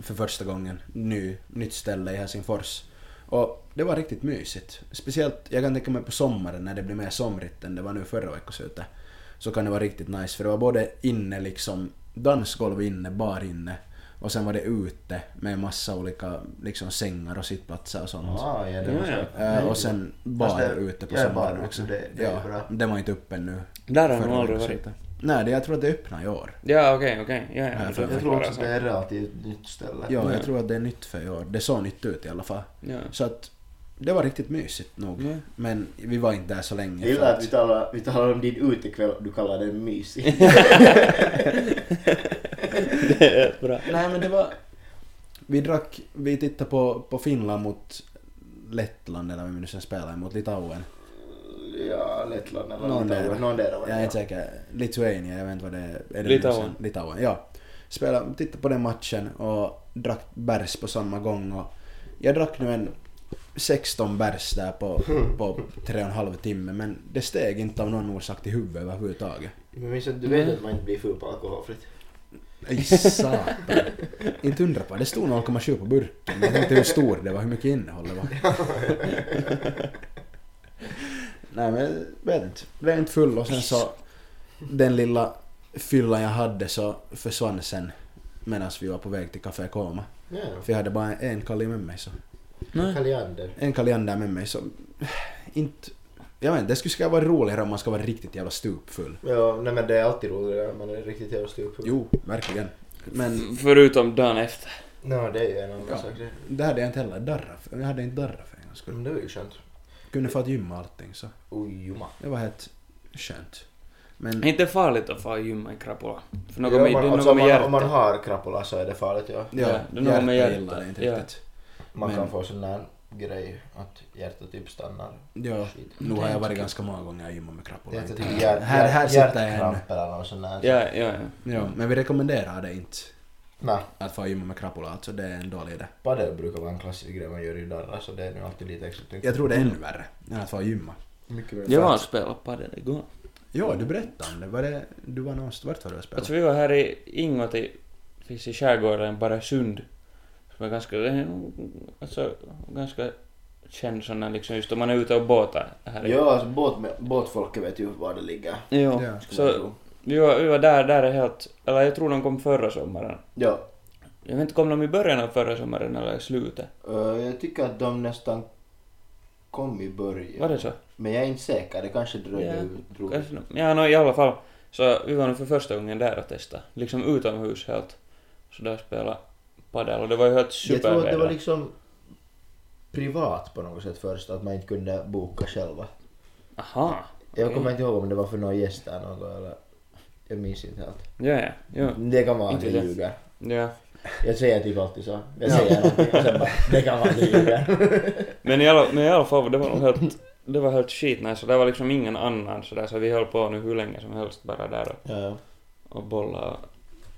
S1: för första gången ny, nytt ställe i Helsingfors. Och det var riktigt mysigt. Speciellt, jag kan tänka mig på sommaren när det blir mer somrigt än det var nu förra veckoslutet. Så kan det vara riktigt nice för det var både inne liksom, dansgolv inne, bar inne Och sen var det ute med massa olika liksom, sängar och sittplatser och sånt.
S2: Ah, ja, det
S3: Ja,
S2: var
S3: ja.
S2: säkert.
S1: Eh,
S2: Nej,
S1: och sen
S2: Fast
S1: bar
S2: det-
S1: ute på
S2: ja, bar
S1: sommaren
S2: också,
S1: också.
S2: det- det är
S1: ja,
S2: bra.
S1: den var inte öppen nu.
S3: Där har
S1: förra
S3: nog aldrig
S1: året, så
S3: varit.
S1: Nej, det, jag tror att det öppnar i år.
S3: Ja, okej, okej. Ja, ja,
S1: Jag
S3: då
S1: tror-
S2: Jag tror
S3: förklarar
S2: också att
S3: sen.
S2: det är relativt nytt ställe.
S1: Ja,
S3: Mm.
S1: jag tror att det är nytt för i år. Det såg nytt ut i alla fall.
S3: Ja.
S1: Så att det var riktigt mysigt nog.
S3: Ja.
S1: Men vi var inte där så länge.
S2: Jag gillar att vi talar, vi talar om din utekväll och du kallar den mysig.
S3: Det är bra.
S1: Nej men det var... Vi drack, vi tittade på, på Finland mot Lettland eller vem vi nu sen spelade mot Litauen.
S2: ja, Lettland eller
S1: Någon
S2: Litauen.
S1: där.
S2: Någon där var det,
S1: Jag är
S2: ja.
S1: inte säker. Lituania, jag vet inte vad det är. är. det nu
S3: Litauen.
S1: sen? Litauen, ja. Spelade, tittade på den matchen och drack bärs på samma gång och jag drack nu en 16 bärs där på,
S2: Hmm.
S1: på tre och en halv timme men det steg inte av någon orsak till huvudet överhuvudtaget.
S2: Men minns att du
S3: Mm.
S2: vet att man inte blir full på alkoholfritt?
S1: Nej satan. Inte undra på, det stod 0,7 på burken. Jag tänkte hur stor det var, hur mycket innehåll det var. Nej men jag vet inte. Blev inte full och sen så den lilla fyllan jag hade så försvann sen medan vi var på väg till Café Koma.
S2: Ja,
S1: För jag hade bara en Kali med mig så.
S3: Nej.
S2: Kaliander.
S1: En Kaliander med mig så inte... Jag vet inte, det skulle ska vara roligare om man ska vara riktigt jävla stupfull.
S2: Ja, nej men det är alltid roligare när man är riktigt jävla stupfull.
S1: Jo, verkligen. Men
S3: F- Förutom dagen efter.
S2: Nej, det är ju en annan
S1: Ja.
S2: sak det.
S1: det hade jag inte heller darrat för. Jag hade inte darrat för en gångs skull.
S2: Men det var ju skönt.
S1: kunde få att gymma allting så
S2: Oj, jomma.
S1: det var helt skönt. Men
S3: Är inte farligt att få gymma en krapula? För något
S2: Ja,
S3: med,
S2: man-
S3: det är
S2: alltså,
S3: något
S2: om
S3: med
S2: man, om man
S3: hjärtat.
S2: har krapula så är det farligt, ja.
S1: ja,
S3: det är nog med hjärtat,
S1: gillar det inte
S3: ja.
S1: riktigt.
S2: Man
S1: Men-
S2: kan få sån där grej att hjärtat typ stannar.
S1: Ja,
S2: Shit.
S1: nu har jag varit ganska många gånger i gymmet med krapula.
S2: Det
S1: inte
S2: heter
S1: riktigt.
S2: typ hjärt,
S1: Här, här sitter jag ännu.
S2: hjärtkramp eller någon sån där.
S3: Ja, ja, ja.
S1: Ja, men vi rekommenderar det inte
S2: Nej,
S1: att få gymma med krapula, alltså det är en dålig idé.
S2: padel brukar vara en klassisk grej man gör i darrar så det är nu alltid lite extra tyngt.
S1: Jag tror det är ännu värre än att få gymma.
S2: Mycket väl.
S3: Jag var och spelade padel igår.
S1: Ja, du berättade om det. Var det du var någonstans, vart var du och
S3: Alltså
S1: spelade?
S3: vi var här i Ingoti, finns i skärgården, Barösund. Som är ganska, alltså, ganska känd sån här liksom, just om man är ute och båtar här i
S2: Ja, alltså båt med, båtfolket vet ju var det ligger.
S3: Jo.
S1: Ja.
S2: skulle jag
S3: Så-
S2: tro.
S3: Vi var, vi var där, där är helt, eller jag tror de kom förra sommaren.
S2: Ja,
S3: Jag vet inte, kom de i början av förra sommaren eller i slutet?
S2: eh, jag tycker att de nästan kom i början.
S3: Var det så?
S2: Men jag är inte säker, det kanske dröjde
S3: Ja,
S2: ut- drog
S3: Kanske, de- ja, no, i alla fall. Så vi var nu för första gången där och testade. Liksom utomhus helt. Så där spelade padel och det var ju helt
S2: Jag tror att det var
S3: superväder.
S2: liksom privat på något sätt först, att man inte kunde boka själva.
S3: Aha.
S2: Jag kommer
S3: Okej.
S2: inte ihåg om det var för några gäster eller något eller... Jag minns inte helt.
S3: Ja, ja, ja.
S2: Det kan vara att
S3: Inte
S2: jag
S3: det.
S2: ljuger.
S3: ja.
S2: Jag säger typ alltid så. Jag säger någonting och sen bara, det kan vara att jag ljuger.
S3: Men i alla, men i alla fall, det var nog helt, det var helt skitnice och det var liksom ingen annan sådär så vi höll på nu hur länge som helst bara där och,
S2: Ja, ja.
S3: och bolla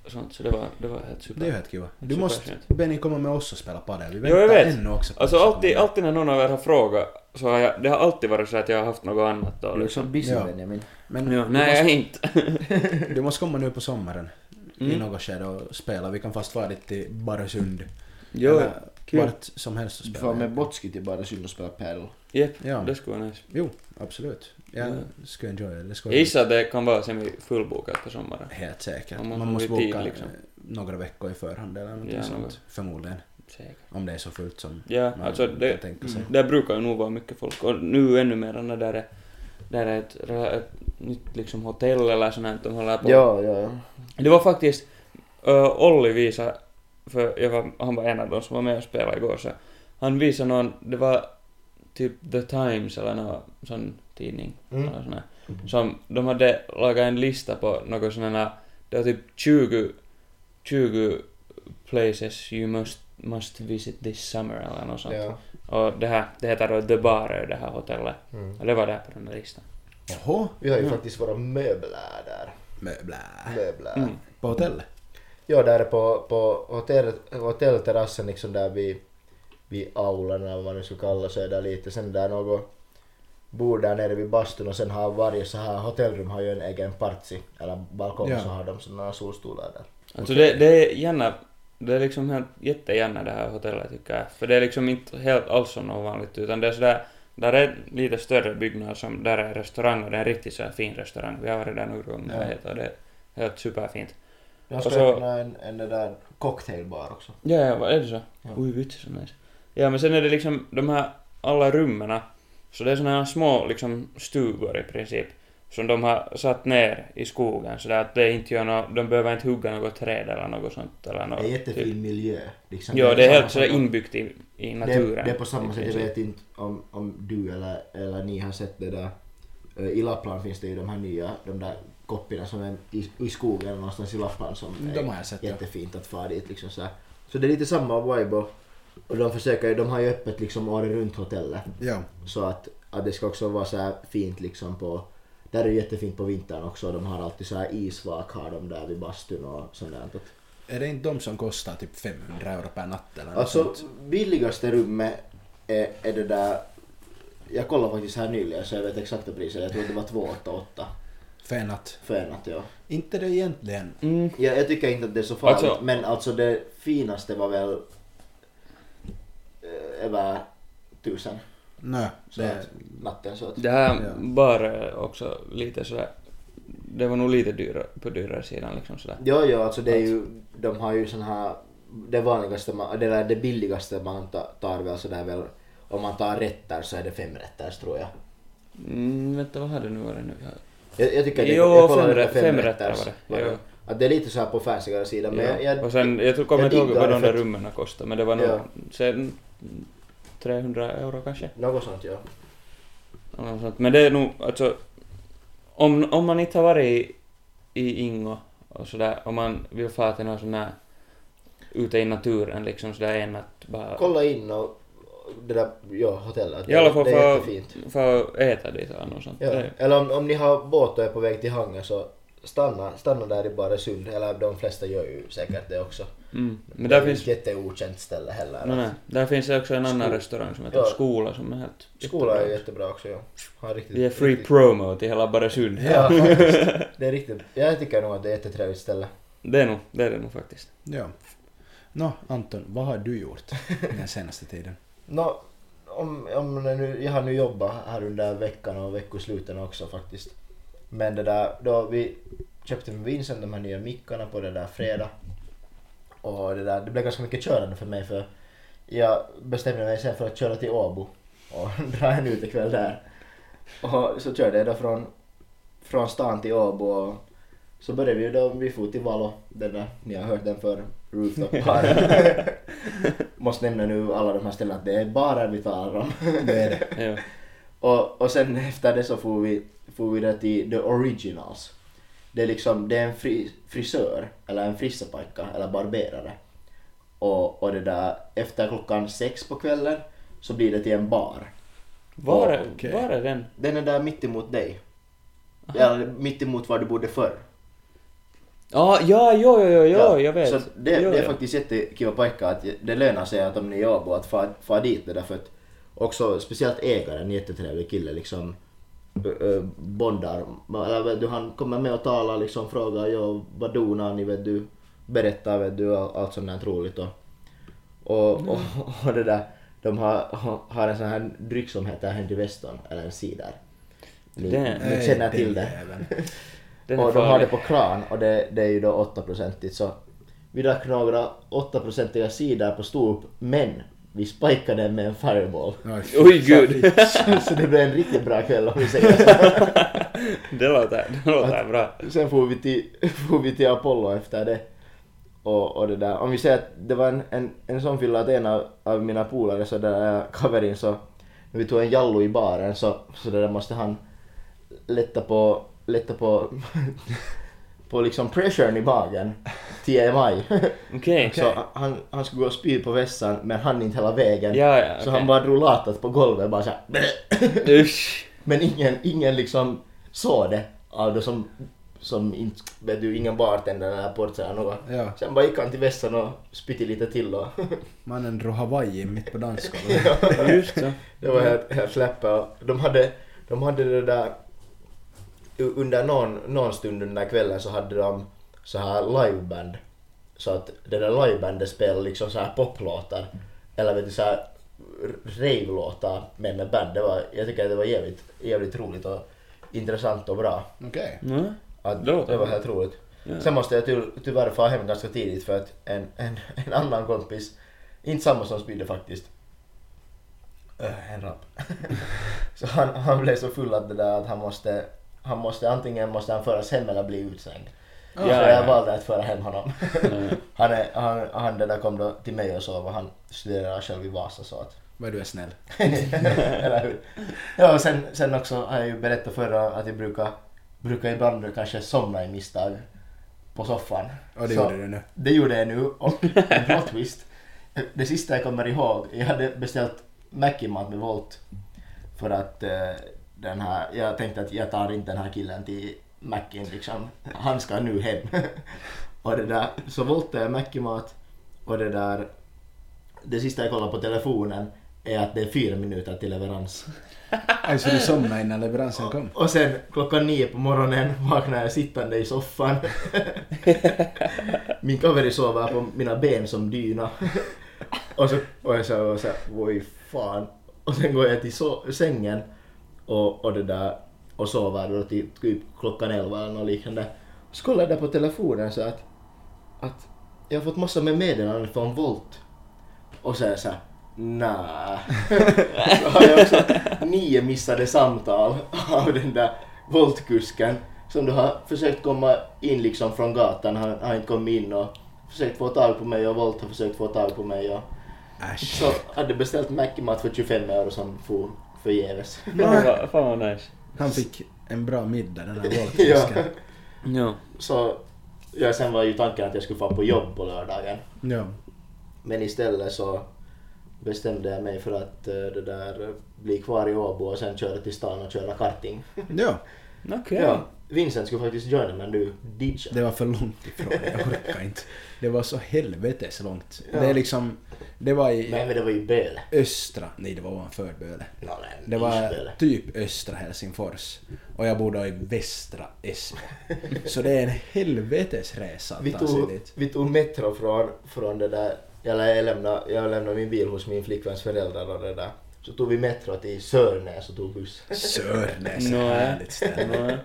S3: och sånt så det var, det var helt
S1: Det är ju
S3: super.
S1: helt kiva.
S3: Det är
S1: Du måste,
S3: superskönt.
S1: Benny, komma med oss och spela padel. Vi
S3: Jo,
S1: väntar
S3: jag vet.
S1: ännu också på
S3: Alltså
S1: oss att
S3: alltid,
S1: komma med.
S3: alltid när någon av er har frågat så har jag, det har alltid varit så att jag har haft något annat då
S2: Du är så
S3: liksom.
S2: busy
S1: Ja.
S2: Benjamin.
S1: Men
S3: Ja, nej, jag är inte.
S1: Du måste komma nu på sommaren i
S3: Mm.
S1: något skede och spela. Vi kan fast vara dit till Barösund.
S3: Jo,
S1: Eller
S3: kul.
S1: vart som helst och
S2: Du
S1: spela.
S2: får med Botski till Baresund och spela padel.
S3: Jep,
S1: Ja.
S3: det skulle vara nice.
S1: Jo, absolut. Jag
S3: Ja.
S1: skulle enjoy det. det
S3: Jag
S1: skulle
S3: gissar att det kan vara semifullbokat på sommaren.
S1: Helt säkert.
S3: Om man
S1: Man,
S3: får
S1: måste
S3: tid,
S1: boka eh,
S3: liksom.
S1: några veckor i förhand eller något
S3: Ja,
S1: sånt.
S3: något.
S1: Förmodligen.
S3: Säkert.
S1: Om det är så fullt som
S3: Ja, alltså det,
S1: kan tänka sig.
S3: Där brukar ju nog vara mycket folk och nu ännu mer när där är, där är ett, re- ett nytt liksom hotell eller sånt här, de håller på.
S2: Ja, ja, ja.
S3: Det var faktiskt, ö, Olli visade, för jag var, han var en av de som var med och spelade igår så han visade någon, det var typ The Times eller någon sån tidning
S2: Mm.
S3: eller sån här, som de hade lagat en lista på något sån här, det var typ 20, 20 places you must, must visit this summer eller något sånt.
S2: ja.
S3: Och det här, det heter då The Barö, det här hotellet.
S2: Mm.
S3: Och det var där på den där listan.
S1: Jaha.
S2: Vi har ju
S3: Mm.
S2: faktiskt våra möbler där.
S1: Möbler.
S2: Möbler.
S3: Mm.
S1: På hotellet?
S2: Ja, där på, på hotell, hotellterrassen liksom där vid, vid aulan eller vad man nu ska kalla sig där lite. Sen där något bord där nere vid bastun och sen har varje så här hotellrum har ju en egen partsi eller balkong
S1: Ja.
S2: så har de sådana solstolar där.
S3: Alltså det, det är gärna, det är liksom helt jättegärna det här hotellet tycker jag. För det är liksom inte helt alls som något vanligt utan det är sådär, där är en lite större byggnad som, där är restaurang och det är en riktigt så här fin restaurang. Vi har varit där några gånger
S1: Ja.
S3: och det är helt superfint.
S2: De
S3: Och
S2: ska
S3: så-
S2: öppna en, en den där cocktailbar också.
S3: Ja, ja, vad är det så?
S2: Ja.
S3: Oj, vitsi så nice. Ja, men sen är det liksom de här alla rummen, så det är såna här små liksom stugor i princip, som de har satt ner i skogen så där att det inte gör nå de behöver inte hugga något träd eller något sånt eller
S2: Det
S3: något.
S2: är jättefin miljö. Liksom.
S3: Jo, det är helt
S2: samma
S3: sådär inbyggt i, i
S2: sak- det,
S3: naturen.
S2: det är på samma
S3: i
S2: sätt, jag
S3: princip.
S2: vet inte om, om du eller, eller ni har sett det där. Eh, I Lappland finns det ju de här nya, de där koppina som är i, i skogen någonstans i Lappland som är
S1: De har jag sett. ja.
S2: jättefint att fara dit liksom så här. Så det är lite samma vibe och, och de försöker ju, de har ju öppet liksom året runt hotellet.
S1: Ja.
S2: Så att, att det ska också vara så här fint liksom på... Där är det jättefint på vintern också. De har alltid så här isvak har de där vid bastun och sånt där.
S1: Är det inte de som kostar typ 500 euro per natt eller något
S2: Alltså
S1: sånt?
S2: billigaste rummet är, är det där... Jag kollade faktiskt här nyligen så jag vet exakta priset. Jag tror det var 288
S1: För en natt.
S2: för en natt. Ja.
S1: Inte det egentligen.
S3: Mm.
S2: Jag, jag tycker inte att det är så farligt
S3: Alltså-
S2: men alltså det finaste var väl eh, över tusen
S1: Nej,
S2: så
S1: det...
S2: att, natten. Så att,
S3: Det här
S1: Ja.
S3: bara är också lite sådär, det var nog lite dyrare, på dyrare sidan liksom sådär.
S2: Ja, ja, alltså det är ju, de har ju sån här, det vanligaste, man, det, där, det billigaste man ta- tar väl sådär väl, om man tar rätter så är det fem rätter tror jag.
S3: Mm, vänta, vad har det nu varit nu?
S2: Jag, jag tycker det,
S3: Jo,
S2: jag kollade
S3: fem
S2: på
S3: rä- fem rätter var det,
S2: var
S3: jo.
S2: Att det är lite så här på fancyare sidan, men jag,
S3: Ja.
S2: jag,
S3: Och sen, jag tror- kommer
S2: jag
S3: inte ihåg
S2: diggar
S3: vad
S2: det
S3: de
S2: för
S3: där
S2: att-
S3: rummen kostade, men det var nog
S2: Ja.
S3: sen 300 euro kanske.
S2: något sånt ja.
S3: Eller något sånt. Men det är nog, alltså, om, om man inte har varit i, i Ingo och sådär, om man vill fara till någon sån här ute i naturen liksom sådär en natt bara...
S2: Kolla in och det där, ja, hotellet,
S3: I alla fall
S2: det är
S3: för,
S2: jättefint.
S3: för att äta dit eller något sånt.
S2: Ja.
S3: Det-
S2: Eller om, om ni har båt och är på väg till Hangö så stanna, stanna där i Baresund, eller de flesta gör ju säkert det också.
S3: Mm.
S2: det
S3: Men där
S2: är ju ett
S3: finns,
S2: jätteokänt ställe heller.
S3: no, nej, där finns det också en annan
S2: Sko-
S3: restaurang som heter
S2: Ja.
S3: Skola som är helt
S2: Skola är ju
S3: jättebra.
S2: jättebra också, ja. Har riktigt,
S3: Vi är free
S2: riktigt,
S3: promo till hela Baresund.
S2: Ja, faktiskt. Det är riktigt. Jag tycker nog att det är ett jättetrevligt ställe.
S3: Det är nog, det är det nog faktiskt.
S1: Ja. Nå, Anton, vad har du gjort den senaste tiden?
S2: Nå, om, om det nu, jag har nu jobbat här under veckan och veckosluten också faktiskt. Men det där, då vi köpte med Vincent de här nya mickarna på det där fredag. Och det där, det blev ganska mycket körande för mig för jag bestämde mig sen för att köra till Åbo och dra en utekväll där. Och så körde jag då från, från stan till Åbo och så började vi då, vi for till Valo, den där, ni har hört den för rooftop bar. Måste nämna nu alla de här ställena att det är bara vi talar om.
S1: Det är det.
S3: Ja.
S2: Och, och sen efter det så får vi, får vi det till The Originals. Det är liksom, det är en fri, frisör, eller en frissepajka, eller barberare. Och, och det där, efter klockan sex på kvällen så blir det till en bar.
S3: Var, är,
S1: Okej.
S3: var är den?
S2: Den är där mitt emot dig. Eller mitt emot var du bodde förr.
S3: Ah, ja, jo, jo, jo, jo jag vet.
S2: Så det,
S3: jo,
S2: det är
S3: jo.
S2: faktiskt jättekiva pojkar att det lönar sig att om ni är i Åbo att fara far dit det därför att också speciellt ägaren, jättetrevlig kille liksom ö- ö, bondar, eller vet du, han kommer med och talar liksom, frågar ja, vad donar ni vet du, berättar vet du, all- allt sånt där roligt och, och,
S3: Mm.
S2: och, och det där, de har, har en sån här dryck som heter Henry Weston, eller en cider. Ni,
S3: Det-
S2: ni känner till det.
S3: Den är
S2: Och de har det
S3: farlig.
S2: på kran och det, det är ju då 8-procentigt så vi drack några 8-procentiga sidor på stop men vi spikade den med en fireball.
S3: Oj, gud.
S2: så det blev en riktigt bra kväll om vi säger så.
S3: Det låter, det låter bra.
S2: Sen får vi till, får vi till Apollo efter det. Och, och det där. Om vi säger att det var en, en, en sån fylla att en av, av mina polare, så där eh, kaverin, så när vi tog en jallo i baren så, så det där måste han lätta på, lätta på, på liksom pressuren i magen. TMI.
S3: Okej.
S2: Så han, han skulle gå och spy på vässan men han inte hela vägen.
S3: Ja, ja,
S2: Så
S3: okej.
S2: han bara drog latat på golvet bara så här.
S3: Usch.
S2: Men ingen, ingen liksom såg det. Alltså som, som inte, vet du, ingen bartender eller portare eller något.
S1: Ja.
S2: Sen bara gick han till vässan och spytte lite till och
S1: Mannen drog Hawaii mitt på dansgolvet.
S3: Just så.
S2: det var helt, helt släppa. De hade, de hade det där, u- under någon, någon stund under kvällen så hade de så här liveband. Så att det där livebandet spelade liksom så här poplåtar. Eller vet du så här r- rave-låtar men med band. Det var, jag tycker att det var jävligt, jävligt roligt och intressant och bra.
S1: Okej.
S3: Mm.
S2: Att
S3: Det låter
S2: det var
S3: bra.
S2: helt roligt.
S3: Ja.
S2: Sen måste jag ty- tyvärr få hem ganska tidigt för att en, en, en annan kompis, inte samma som spydde faktiskt, öh, en rapp. så han, han blev så full att det där att han måste, han måste antingen måste han föras hem eller bli utslängd.
S3: Ah, Ja,
S2: så
S3: ja,
S2: jag
S3: ja.
S2: valde att föra hem honom.
S3: Ja.
S2: han, är, han, han det där kom då till mig och sov och han studerar själv i Vasa så att
S1: Vad du är snäll.
S2: Eller hur? Ja, och sen, sen också har jag ju berättat förra att jag brukar, brukar ibland kanske somna i misstag på soffan.
S1: Och det
S2: Så-
S1: gjorde du nu.
S2: Det gjorde jag nu och en plot twist. Det sista jag kommer ihåg, jag hade beställt Mackie-mat med Volt för att eh, den här, jag tänkte att jag tar inte den här killen till Macken liksom. Han ska nu hem. och det där, så voltade jag Mackie-mat och det där, det sista jag kollade på telefonen är att det är fyra minuter till leverans.
S1: Alltså du somnade innan leveransen kom.
S2: Och sen klockan nio på morgonen vaknar jag sittande i soffan. Min kaveri sover på mina ben som dyna. Och så, och jag så, och så oj fan. Och sen går jag till so- sängen och, och det där och sover då till typ klockan elva eller något liknande. Så kollar jag där på telefonen så att, att jag har fått massor med meddelanden från Volt. Och så är jag så här, nä. så har jag också nio missade samtal av den där voltkusken som du har försökt komma in liksom från gatan. Han har inte kommit in och försökt få tag på mig och Volt har försökt få tag på mig. Och
S1: Äsch.
S2: så hade beställt Mackie-mat för 25 euro som for förgäves.
S3: Fan vad- fan vad nice.
S1: Han fick en bra middag den här
S2: ja.
S1: våldfisken.
S3: Ja.
S2: Så ja, sen var ju tanken att jag skulle få på jobb på lördagen.
S1: ja.
S2: Men istället så bestämde jag mig för att eh, det där, eh, bli kvar i Åbo och sen köra till stan och köra karting.
S1: Ja.
S3: Okej.
S2: Ja, Vincent skulle faktiskt joina men du ditchade.
S1: Det var för långt ifrån, jag orkar inte. Det var så helvetes långt.
S2: Ja.
S1: Det är liksom... Det var i
S2: Nej men det var ju Böle.
S1: östra... Nej, det var ovanför Böle.
S2: No, nej,
S1: Det var
S2: Böle.
S1: typ östra Helsingfors. Och jag bor då i västra Esbo. Så det är en helvetes resa
S2: Vi
S1: att ta sig
S2: tog,
S1: dit.
S2: vi tog metro från, från det där, eller jag lämnade, jag lämnade min bil hos min flickväns föräldrar och det där. Så tog vi metro till Sörnäs och tog buss.
S1: Sörnäs, ett
S3: Nåja.
S1: härligt ställe.
S3: Nåja.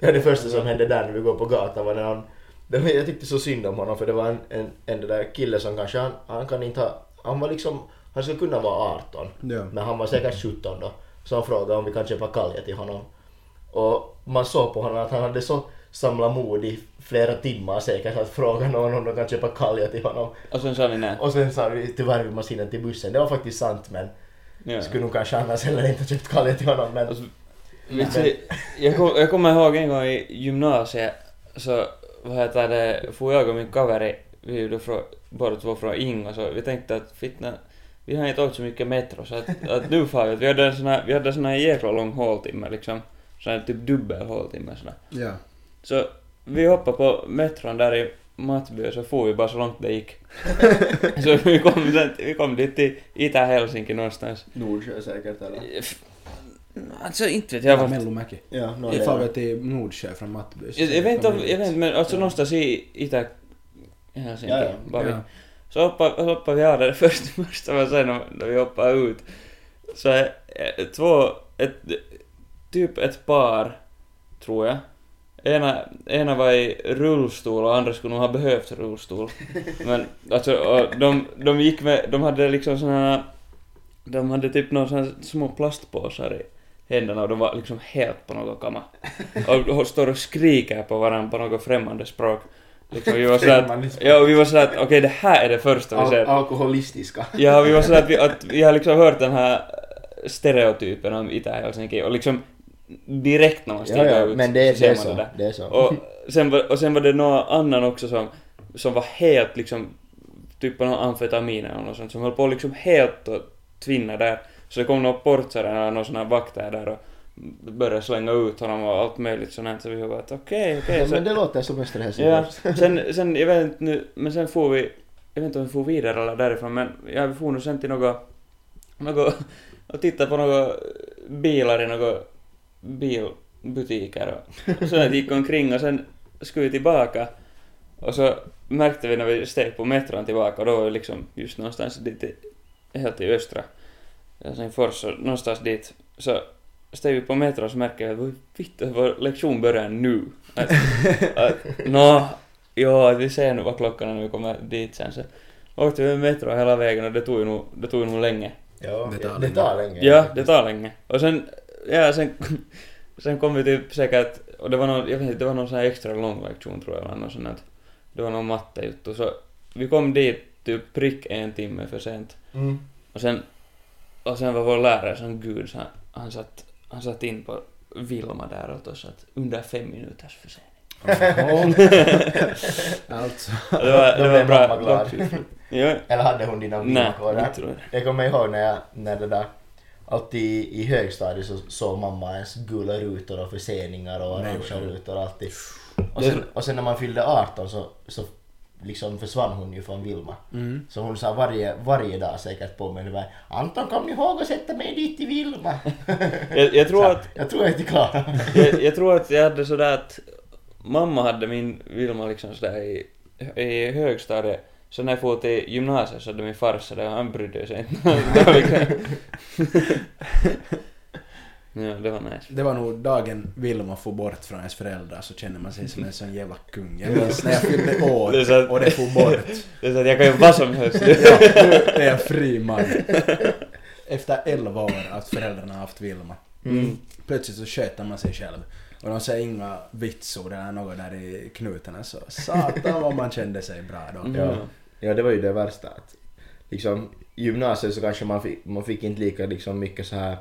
S2: Ja, det första som hände där när vi går på gatan var när han... det var- Jag tyckte så synd om honom för det var en, en, en den där kille som kanske han, han kan inte ha... Han var liksom... Han skulle kunna vara 18.
S1: Ja.
S2: Men han var säkert 17 då. Så han frågade om vi kan köpa kalja till honom. Och man såg på honom att han hade så samlat mod i flera timmar säkert att fråga någon om de kan köpa kalja till honom.
S3: Och sen sa ni nej.
S2: Och sen sa vi tyvärr vi måste hinna till bussen. Det var faktiskt sant men
S3: Ja.
S2: skulle nog kanske annars heller inte ha köpt kalja till honom men...
S3: Alltså, Vet du, jag, kom, jag kommer ihåg en gång i gymnasiet så vad heter det, for jag och min kaveri, vi är ju då från, båda två från Ingo, så vi tänkte att fitna, vi har inte åkt så mycket metro så att, att nu far vi. Vi hade en sån här, vi hade en sån här jäkla lång håltimme liksom, sån här typ dubbel håltimme sån här.
S1: Ja.
S3: Så vi hoppade på metron där i Mattby och så for vi bara så långt det gick. så vi kom, sen- vi kom dit till Itä-Helsinki någonstans.
S2: Nordsjö säkert eller?
S3: Alltså inte vet jag
S1: Ja,
S3: vart
S1: Mellomäki.
S2: Ja, no,
S1: Vi far väl till Nordsjö från Mattby.
S3: Jag, jag vet inte, om-
S1: Kommer
S3: jag vet inte, men alltså
S2: Ja.
S3: någonstans i Itä... Helsinki,
S2: Ja, ja.
S3: var vi.
S1: Ja.
S3: Så hoppade, hoppade vi av där först, första var sen när- när vi hoppade ut. Så eh, två, ett, typ ett par, tror jag. Ena, ena var i rullstol och andra skulle nog ha behövt rullstol. Men alltså, och de, de gick med, de hade liksom såna här, de hade typ några såna här små plastpåsar i händerna och de var liksom helt på något kamma. Och, och står och skriker på varandra på något främmande språk. Liksom, vi var sådär att,
S2: Främmande språk.
S3: ja, och vi var sådär att okej det här är det första vi
S2: Al-
S3: ser.
S2: alkoholistiska.
S3: Ja, vi var sådär att vi, att vi har liksom hört den här stereotypen om Itä-Helsinki och liksom direkt när man stiger ut
S2: men det,
S3: så
S2: det
S3: ser
S2: är
S3: man
S2: så.
S3: det där.
S2: Det är så.
S3: Och sen, var, och sen var det någon annan också som, som var helt liksom, typ på någon amfetamin eller något sånt, som höll på liksom helt att tvinna där. Så det kom någon portsare eller någon sån här vakter där och började slänga ut honom och allt möjligt sånt här, så vi var bara att okej, okej.
S2: ja,
S3: så-
S2: men det låter som Östra
S3: Ja,
S2: Helsingfors.
S3: sen, sen, jag vet inte nu, men sen får vi, jag vet inte om vi får vidare eller därifrån, men jag får nu sen till något, något, och titta på några bilar i några bilbutiker och, och sådant gick omkring och sen skulle vi tillbaka och så märkte vi när vi steg på metron tillbaka och då var vi liksom just någonstans dit, i- helt i östra Helsingfors, så någonstans dit, så steg upp på metron så märker jag att fitta, vår lektion börjar nu. Alltså, Att, att, nå, jo, att vi ser nu vad klockan är när vi kommer dit sen. Så åkte vi med metron hela vägen och det tog ju nog, det tog ju nog länge.
S2: Ja,
S1: Det tar
S2: det tar länge.
S3: Ja, det tar länge. Och sen, ja, sen, sen kom vi typ säkert, och det var någon, jag vet inte, det var någon sån här extra lång lektion tror jag, eller något sånt här. Det var någon mattejuttu, så vi kom dit typ prick en timme för sent.
S2: Mm.
S3: Och sen, och sen var vår lärare som gud, så han, han, satt, han satt in på Vilma där åt oss att under fem minuters försening.
S1: alltså.
S3: Det var,
S2: Då
S3: det var
S2: blev
S3: bra.
S2: mamma glad.
S3: långsiffrigt. Ja,
S2: Eller hade hon dina
S3: nej,
S2: vinkoder?
S3: inte tror jag.
S2: Jag kommer ihåg när, jag, när det där, alltid i högstadiet så såg mamma ens gula rutor och förseningar och orangea rutor alltid. Och sen, och sen när man fyllde 18 så, så liksom försvann hon ju från Vilma.
S3: Mm.
S2: Så hon sa varje, varje dag säkert på mig det var, Anton kom ni ihåg att sätta mig dit i Vilma?
S3: Jag, jag tror
S2: Så,
S3: att
S2: Jag tror jag inte klarar mig.
S3: jag, jag tror att jag hade sådär att mamma hade min Vilma liksom sådär i, i högstadiet. Sen när jag for till gymnasiet så hade min farsa där, han brydde sig inte. Det var liksom... ja, det var nice.
S1: Det var nog dagen Vilma får bort från ens föräldrar så känner man sig som en sån jävla kung. Jag minns när jag fyllde år
S3: Det är så att-
S1: och det får bort.
S3: Det är så att jag kan göra vad som helst.
S1: Ja, nu är jag fri man. Efter 11 år att föräldrarna har haft Vilma.
S3: Mm.
S1: Plötsligt så sköter man sig själv. Och de säger inga vitsord eller något där i knutarna så satan vad man kände sig bra då.
S3: Mm.
S2: Ja. ja, det var ju det värsta. Att, liksom, I gymnasiet så kanske man fick, man fick inte lika liksom, mycket så här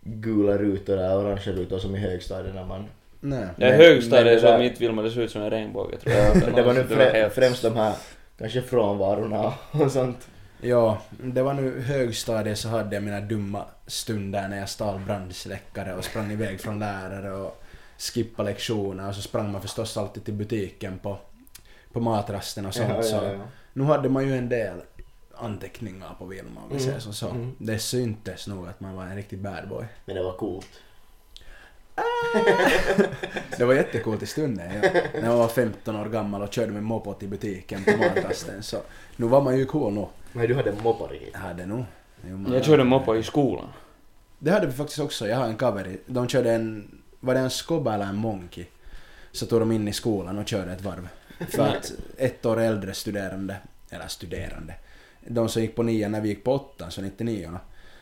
S2: gula rutor eller orangea rutor som i högstadiet när man...
S1: Nej.
S3: Ja,
S2: Men-
S3: i
S2: men det
S3: högstadiet så
S2: där-
S3: mitt Vilma det såg ut som en regnbåge tror
S2: Ja,
S3: jag.
S2: det var nu frä,
S3: helt-
S2: främst de här kanske frånvarorna och sånt.
S1: Ja, det var nu högstadiet så hade jag mina dumma stunder när jag stal brandsläckare och sprang iväg från lärare och skippade lektioner och så sprang man förstås alltid till butiken på, på matrasten och sånt.
S2: Ja,
S1: så
S2: ja, ja.
S1: Nu hade man ju en del anteckningar på Vilma om vi
S2: Mm,
S1: säger som så.
S2: mm.
S1: Det syntes nog att man var en riktig bad boy.
S2: Men det var coolt.
S1: Det var jättecoolt i stunden. Ja. När man var 15 år gammal och körde med moped i butiken på matrasten så nu var man ju cool nog.
S2: Men du hade moparit.
S1: Jag hade nog. Jo, man-
S3: Jag körde moppo i skolan.
S1: Det hade vi faktiskt också. Jag har en cover. De körde en... Var det en skobba eller en monkey? Så tog de in i skolan och körde ett varv. För att ett år äldre studerande, eller studerande, de som gick på nian när vi gick på åttan, så 99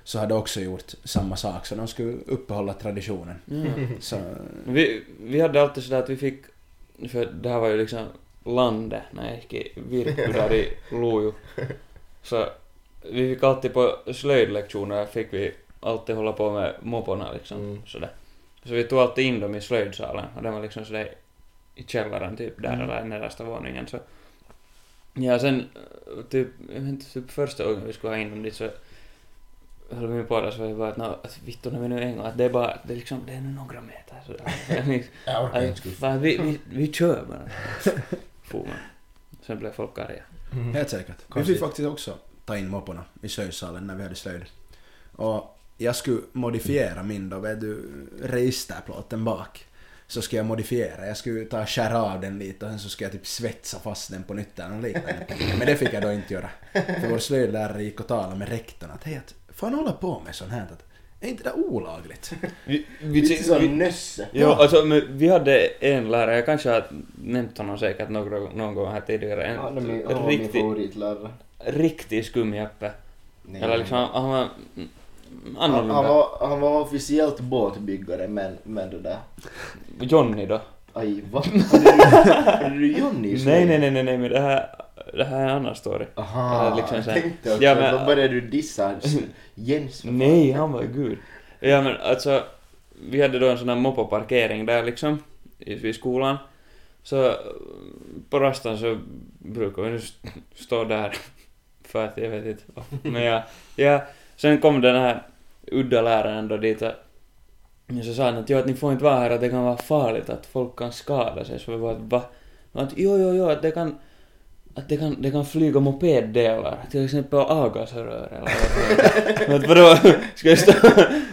S1: så hade också gjort samma sak. Så de skulle uppehålla traditionen. Så,
S3: Vi, vi hade alltid sådär att vi fick, för det här var ju liksom landet när jag gick i Virkku där i Lojo. Så vi fick alltid på slöjdlektioner fick vi alltid hålla på med mopporna liksom
S2: Mm.
S3: sådär. Så vi tog alltid in dem i slöjdsalen och den var liksom sådär i källaren typ där
S2: Mm.
S3: eller i nedersta våningen så. Ja sen eh, typ, jag vet inte, typ första gången vi skulle ha in dem dit så höll vi på där så var det bara att, nå, att vittu när vi nu en gång, att det är bara, att det är liksom, det är nu några meter sådär.
S2: Jag orkar
S3: Aj,
S2: inte skuffa.
S3: fan, liksom, vi, vi, vi kör bara. For man. Sen blev folk arga.
S2: Mm.
S1: helt säkert. Vi
S2: Mhm. Konstigt.
S1: fick faktiskt också ta in mopporna i slöjdsalen när vi hade slöjd. Och jag skulle modifiera min då, vet du, registerplåten bak. Så skulle jag modifiera, jag skulle ta och skära av den lite och sen så skulle jag typ svetsa fast den på nytt eller något liknande. Men det fick jag då inte göra. För vår slöjdlärare gick och talade med rektorn att hej, att fan hålla på med sånt här att är inte det olagligt?
S3: Vi, vi,
S2: Lite sån
S3: vi,
S2: nösse.
S3: jo, alltså, men vi hade en lärare, jag kanske har nämnt honom säkert några, någon gång här tidigare. En
S2: Ja, de är- de var min
S3: riktig,
S2: favoritlärare.
S3: riktig skumjäppe.
S2: Nej.
S3: Eller liksom, han, han var mm,
S2: han, Niin. han,
S3: annorlunda.
S2: var, han var officiellt båtbyggare men, men det där...
S3: Johnny då?
S2: Aj, vad? Hade du- du Johnny i
S3: Nej,
S2: slöjd?
S3: nej, nej, nej, nej, men det här, det här är en annan story.
S2: Aha,
S3: Eller liksom så
S2: jag
S3: här-
S2: tänkte också,
S3: Ja, men-
S2: då började du dissa Jens. för fan.
S3: Nej, han var gud. Ja men alltså, vi hade då en sån här moppoparkering där liksom, i- vid skolan. Så eh, på rasten så brukar vi nu st- stå där, för att jag vet inte. vad. Men ja, ja, sen kom den här udda läraren då dit och ja, så sa han att jo, att ni får inte vara här, att det kan vara farligt, att folk kan skada sig. Så vi bara, att, va? Och Att, jo, jo, jo, att det kan att det kan, det kan flyga mopeddelar, till exempel avgasrör eller vad Men att vadå, ska jag stå,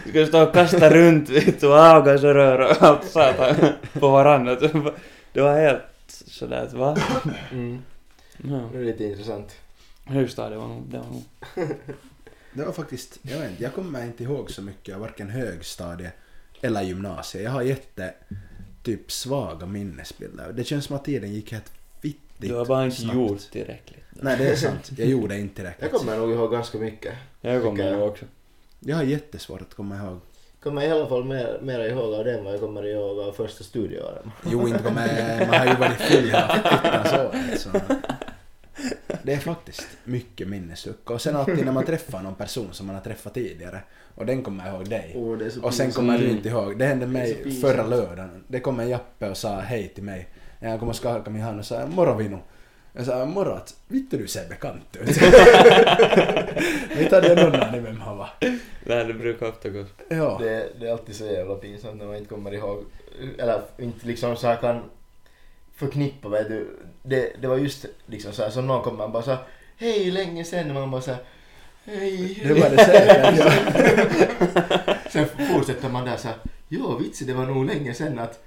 S3: ska jag stå och kasta runt vittu avgasrör och allt satan på varandra? Det var helt sådär att va?
S2: Mm.
S3: Ja,
S2: Det är lite intressant.
S3: högstadiet var nog, det var nog.
S1: Det var faktiskt, jag vet inte, jag kommer inte ihåg så mycket av varken högstadiet eller gymnasiet. Jag har jätte typ svaga minnesbilder. Det känns som att tiden gick helt vittigt
S3: Du har bara inte
S1: snabbt.
S3: gjort tillräckligt.
S1: Nej, det är sant. Jag gjorde inte tillräckligt.
S2: Jag kommer nog ihåg ganska mycket.
S3: Jag kommer
S2: Tycker jag.
S3: ihåg också.
S1: Jag har jättesvårt att komma ihåg.
S2: Kommer i alla fall mer, mer ihåg av den vad jag kommer ihåg av första studieåren.
S1: Jo, inte kommer Man har ju varit full hela så, alltså. Det är faktiskt mycket minneslucka. Och sen alltid när man träffar någon person som man har träffat tidigare och den kommer ihåg dig.
S2: Åh, det är så
S1: Och sen
S2: pinsamt.
S1: kommer du inte ihåg. Det hände
S2: Det är så
S1: mig
S2: pinsamt.
S1: förra lördagen. Det kom en Jappe och sa hej till mig. När jag kom och skakade min hand och sa moro Vinu. Jag sa moro att vittu du ser bekant ut. Inte hade jag någon aning vem han var.
S3: Nej, det brukar ofta gå.
S1: Ja.
S2: Det, det är alltid så jävla pinsamt när man inte kommer ihåg, eller inte liksom så här kan förknippa vet du. Det, det var just liksom så här som någon kommer och bara så här, hej länge sen man bara så här, hej.
S1: Det var det säkert. Ja.
S2: Sen fortsätter man där så här, ja vitsi det var nog länge sen att,